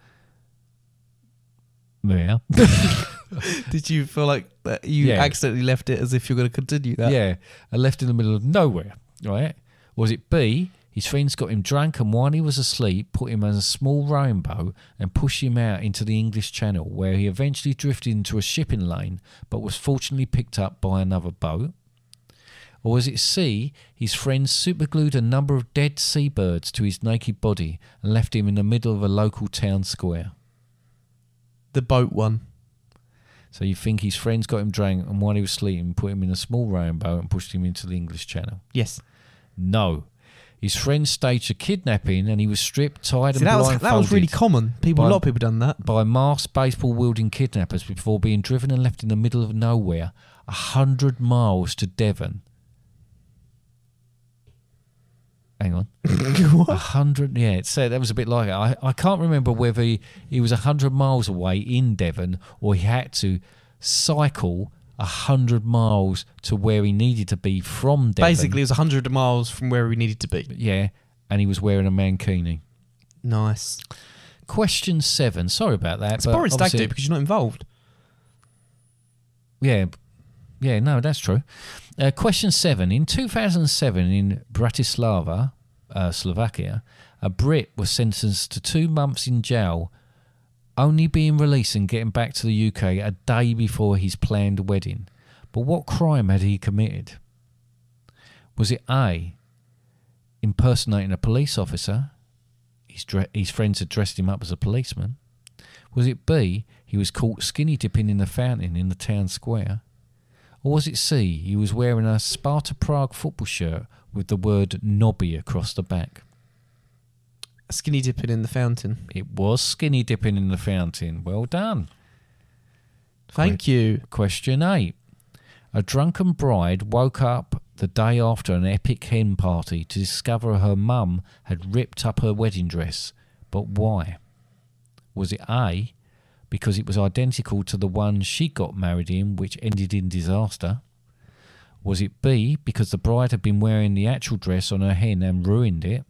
B: Yeah.
A: Did you feel like that you
B: Yeah.
A: accidentally left it as if you're going to continue that?
B: Yeah, and left in the middle of nowhere, right? Was it B? His friends got him drunk and while he was asleep, put him on a small rowing boat and pushed him out into the English Channel, where he eventually drifted into a shipping lane but was fortunately picked up by another boat. Or was it C? His friends superglued a number of dead seabirds to his naked body and left him in the middle of a local town square.
A: The boat one.
B: So you think his friends got him drunk and while he was sleeping, put him in a small rowing boat and pushed him into the English Channel.
A: Yes.
B: No. His friend staged a kidnapping and he was stripped, tied,
A: See,
B: and
A: that was
B: blindfolded
A: that was really common. People, a
B: Blind-
A: lot of people done
B: [laughs]
A: that. [laughs]
B: by masked baseball wielding kidnappers before being driven and left in the middle of nowhere, a hundred miles to Devon.
A: [laughs]
B: Hang on. A hundred, yeah, it said that was a bit like it. I, I can't remember whether he, he was a hundred miles away in Devon or he had to cycle a hundred miles to where he needed to be from Devon.
A: Basically, it was 100 miles from where we needed to be.
B: Yeah, and he was wearing a mankini.
A: Nice.
B: Question seven. Sorry about that.
A: It's
B: but
A: boring stag do
B: obviously-
A: because you're not involved.
B: Yeah, b- yeah. No, that's true. Uh, question seven. In 2007, in Bratislava, uh, Slovakia, a Brit was sentenced to two months in jail, only being released and getting back to the UK a day before his planned wedding. But what crime had he committed? Was it A. Impersonating a police officer? His, dre- his friends had dressed him up as a policeman. Was it B, he was caught skinny dipping in the fountain in the town square? Or was it C, he was wearing a Sparta Prague football shirt with the word knobby across the back?
A: Skinny dipping in the fountain.
B: It was skinny dipping in the fountain. Well done.
A: Thank you.
B: Question 8. A drunken bride woke up the day after an epic hen party to discover her mum had ripped up her wedding dress. But why? Was it A, because it was identical to the one she got married in, which ended in disaster? Was it B, because the bride had been wearing the actual dress on her hen and ruined it?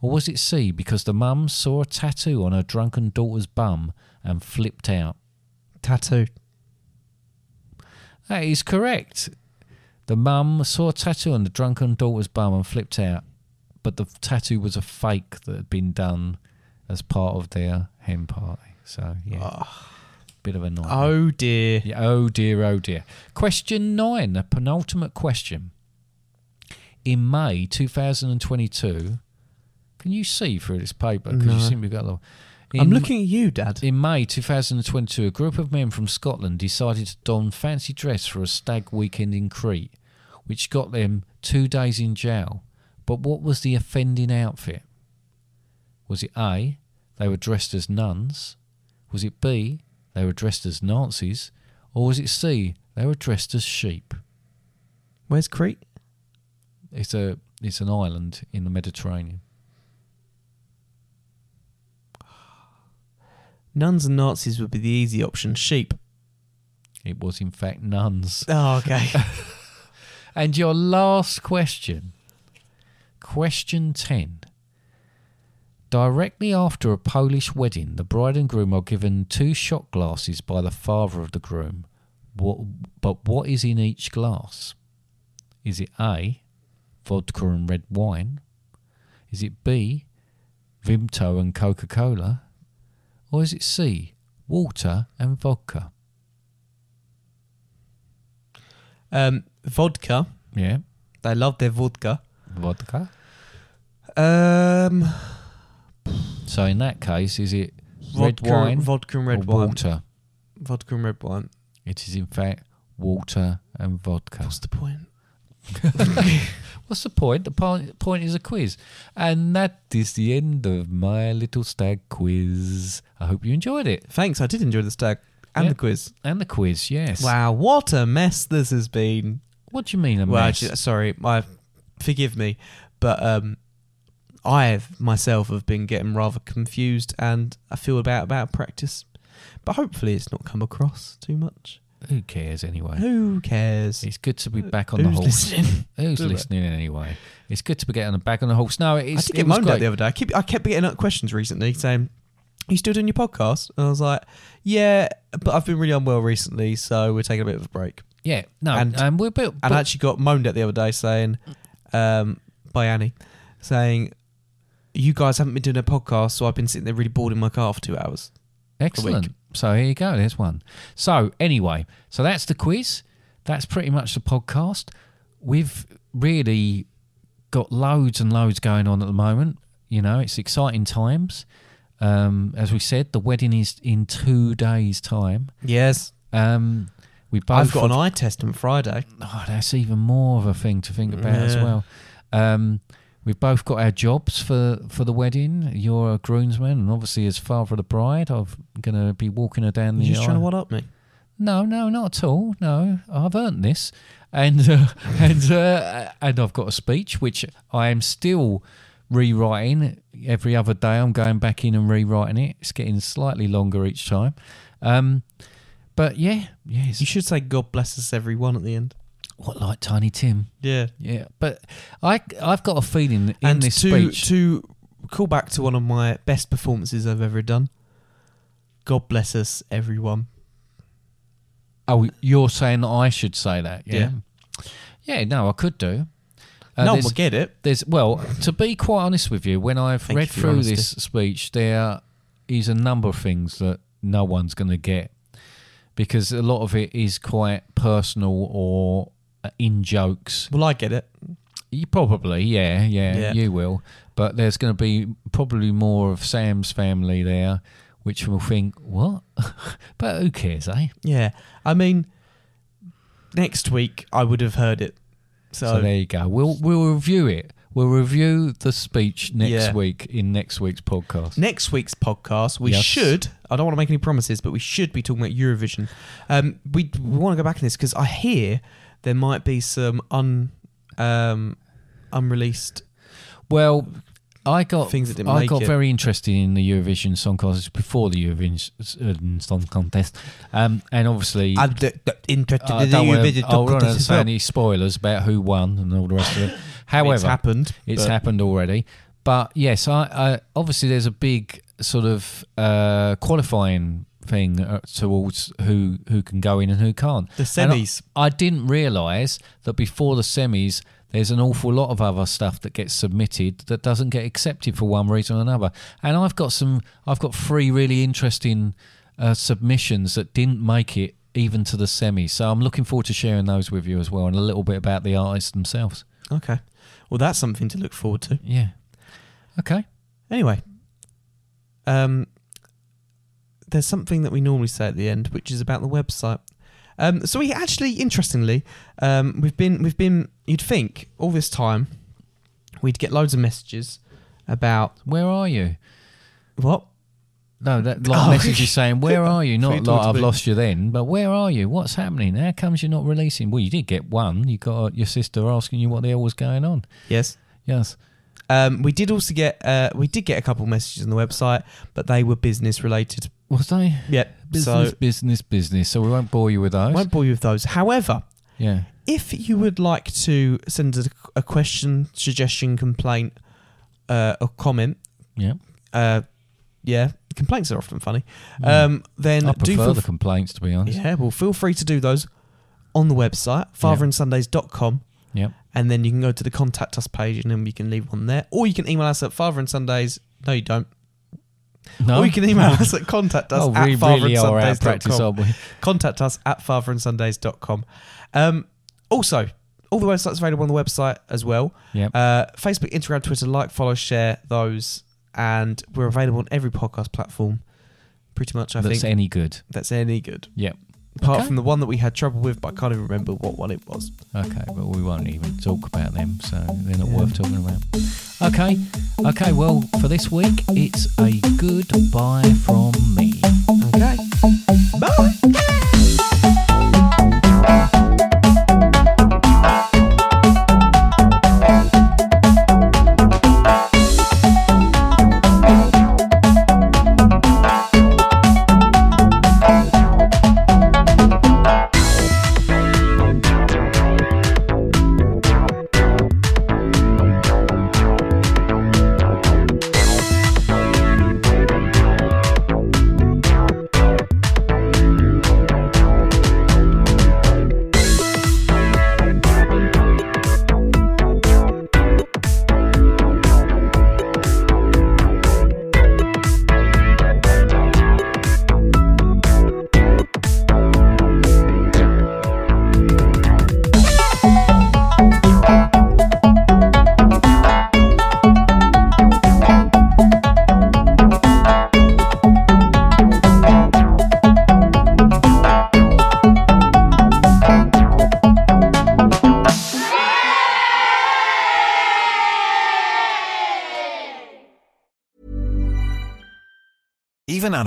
B: Or was it C, because the mum saw a tattoo on her drunken daughter's bum and flipped out?
A: Tattoo.
B: That is correct. The mum saw a tattoo on the drunken daughter's bum and flipped out, but the tattoo was a fake that had been done as part of their hen party. So yeah, bit of a nightmare.
A: Ah. Oh dear.
B: Yeah, oh dear, oh dear. Question nine, the penultimate question. In May 2022, can you see through this paper? Because you seem to have got a lot.
A: I'm
B: In-
A: looking at you, Dad.
B: in May 2022, a group of men from Scotland decided to don fancy dress for a stag weekend in Crete, which got them two days in jail. But what was the offending outfit? Was it A, they were dressed as nuns? Was it B, they were dressed as Nazis? Or was it C, they were dressed as sheep?
A: Where's Crete?
B: It's a it's an island in the Mediterranean.
A: Nuns and Nazis would be the easy option.
B: [laughs]
A: Sheep.
B: It was in fact nuns.
A: Oh, okay.
B: And your last question. Question 10. Directly after a Polish wedding, the bride and groom are given two shot glasses by the father of the groom. What, but what is in each glass? Is it A, vodka and red wine? Is it B, Vimto and Coca Cola? Or is it C, water and vodka?
A: [laughs] um, vodka.
B: Yeah,
A: They love their vodka.
B: vodka.
A: Um,
B: So in that case, is it red
A: Vodka-
B: wine,
A: vodka and red
B: or
A: wine.
B: water?
A: vodka and red wine.
B: It is in fact water and vodka.
A: What's the point?
B: What's the point? The po- point is a quiz, and that is the end of my little stag quiz. I hope you enjoyed it
A: Thanks, I did enjoy the stag and
B: Yeah.
A: the quiz.
B: and the quiz. Yes.
A: Wow, what a mess this has been.
B: What do you mean a
A: Well,
B: mess?
A: actually, sorry, my forgive me, but um, I have myself have been getting rather confused, and I feel about about practice. But hopefully, it's not come across too much.
B: Who cares anyway?
A: Who cares?
B: It's good to be back on the
A: Who's
B: horse.
A: listening?
B: [laughs] Who's
A: Who-
B: listening anyway? It's good to be getting back on the horse. No,
A: I
B: it's
A: did
B: it
A: get
B: was
A: moaned at
B: great.
A: the other day. I keep I kept getting up questions recently saying, "Are you still doing your podcast?" And I was like, "Yeah, but I've been really unwell recently, so we're taking a bit of a break."
B: Yeah. No,
A: And-
B: and, we're built.
A: And I actually got moaned at the other day saying, um, by Annie, saying, you guys haven't been doing a podcast, so I've been sitting there really bored in my car for two hours.
B: Excellent. So here you go. There's one. So anyway, so that's the quiz. That's pretty much the podcast. We've really got loads and loads going on at the moment. You know, it's exciting times. Um, as we said, the wedding is in two days' time.
A: Yes.
B: Um, we both
A: I've got an eye test on Friday.
B: oh, that's even more of a thing to think about as
A: Yeah.
B: well. Um, we've both got our jobs for, for the wedding. You're a groomsman, and obviously, as father of the bride, I'm going to be walking her down the
A: You're just trying to
B: aisle.
A: one up me.
B: No, no, not at all. No, I've earned this, and uh, [laughs] and uh, and I've got a speech which I am still rewriting every other day. I'm going back in and rewriting it. It's getting slightly longer each time. Um, but yeah, yeah,
A: You
B: it's
A: should say, God bless us, everyone, at the end.
B: what like Tiny Tim.
A: Yeah.
B: Yeah, but I I've got a feeling in
A: and
B: this
A: to,
B: speech.
A: to call back to one of my best performances I've ever done, God bless us, everyone.
B: oh, you're saying that I should say that?
A: Yeah.
B: Yeah. Yeah, no, I could do. Uh,
A: no one
B: there's-
A: will get it.
B: there's well to be quite honest with you when i've
A: Thank you
B: read
A: for your
B: through
A: honesty.
B: this speech there is a number of things that no one's going to get because a lot of it is quite personal or uh, in jokes
A: Well, I get it.
B: you probably yeah, yeah
A: Yeah.
B: you will but there's going to be probably more of sam's family there which will think what [laughs] but who cares eh
A: Yeah. I mean, next week I would have heard it. So,
B: So there you go. We'll we'll review it. We'll review the speech next
A: Yeah.
B: week in next week's podcast.
A: next week's podcast, we
B: Yes.
A: should, I don't want to make any promises, but we should be talking about Eurovision. Um, we, we want to go back on this because I hear there might be some un, um, unreleased.
B: Well, I got
A: Things that didn't
B: I
A: make
B: got
A: it.
B: very interested in the Eurovision Song Contest before the Eurovision uh, Song Contest, um, and obviously
A: I'm d- d- interested
B: I
A: in the
B: don't want to
A: Eurovision
B: I won't
A: contest as
B: say
A: well.
B: any spoilers about who won and all the rest of it.
A: [laughs]
B: However,
A: It's happened.
B: It's
A: but
B: happened already. But yes, I, I obviously there's a big sort of uh, qualifying thing uh, towards who who can go in and who can't.
A: The
B: And I-
A: semis.
B: I, didn't realise that before the semis, there's an awful lot of other stuff that gets submitted that doesn't get accepted for one reason or another. And I've got some. I've got three really interesting uh, submissions that didn't make it even to the semis. So I'm looking forward to sharing those with you as well, and a little bit about the artists themselves.
A: Okay. Well, that's something to look forward to.
B: Yeah. Okay.
A: Anyway, um, there's something that we normally say at the end, which is about the website. Um, so we actually, interestingly, um, we've been we've been. You'd think all this time we'd get loads of messages about
B: Where are you?
A: What? [laughs]
B: No, that like
A: Oh.
B: message is saying,
A: [laughs]
B: "Where are you?"
A: Who you
B: Not
A: talking
B: like
A: to,
B: I've
A: mate?
B: lost you then, but where are you? What's happening? How comes you're not releasing? Well, you did get one. You got uh, your sister asking you what the hell was going on.
A: Yes.
B: Yes,
A: Um, we did also get uh, we did get a couple messages on the website, but they were business related.
B: was they?
A: Yep.
B: Business,
A: so
B: business, business. So we won't bore you with
A: I
B: those.
A: won't bore you with those. However,
B: Yeah.
A: if you would like to send a, a question, suggestion, complaint, uh, or comment,
B: Yeah.
A: uh, yeah, complaints are often funny. Um, then
B: Hmm. I
A: do
B: prefer
A: feel
B: the complaints, to be honest.
A: yeah, well, feel free to do those on the website fatherandsundays.com
B: Yep.
A: and then you can go to the contact us page and then you can leave one there, or you can email us at fatherandsundays. No, you don't.
B: No.
A: Or you can
B: [laughs]
A: email us at contact us
B: Oh,
A: at
B: we really are out of practice,
A: fatherandsundays.com.
B: aren't we?
A: Contact us at fatherandsundays.com. Um, also, all the websites available on the website as well.
B: Yep.
A: Uh, Facebook, Instagram, Twitter, like, follow, share those. And we're available on every podcast platform, pretty much, I
B: That's
A: think.
B: any good.
A: that's any good.
B: Yep.
A: Apart
B: Okay.
A: from the one that we had trouble with, but I can't even remember what one it was.
B: Okay, but we won't even talk about them, so they're not worth talking about. Okay, okay, well, for this week, it's a goodbye from me.
A: Okay. Bye.
C: Even on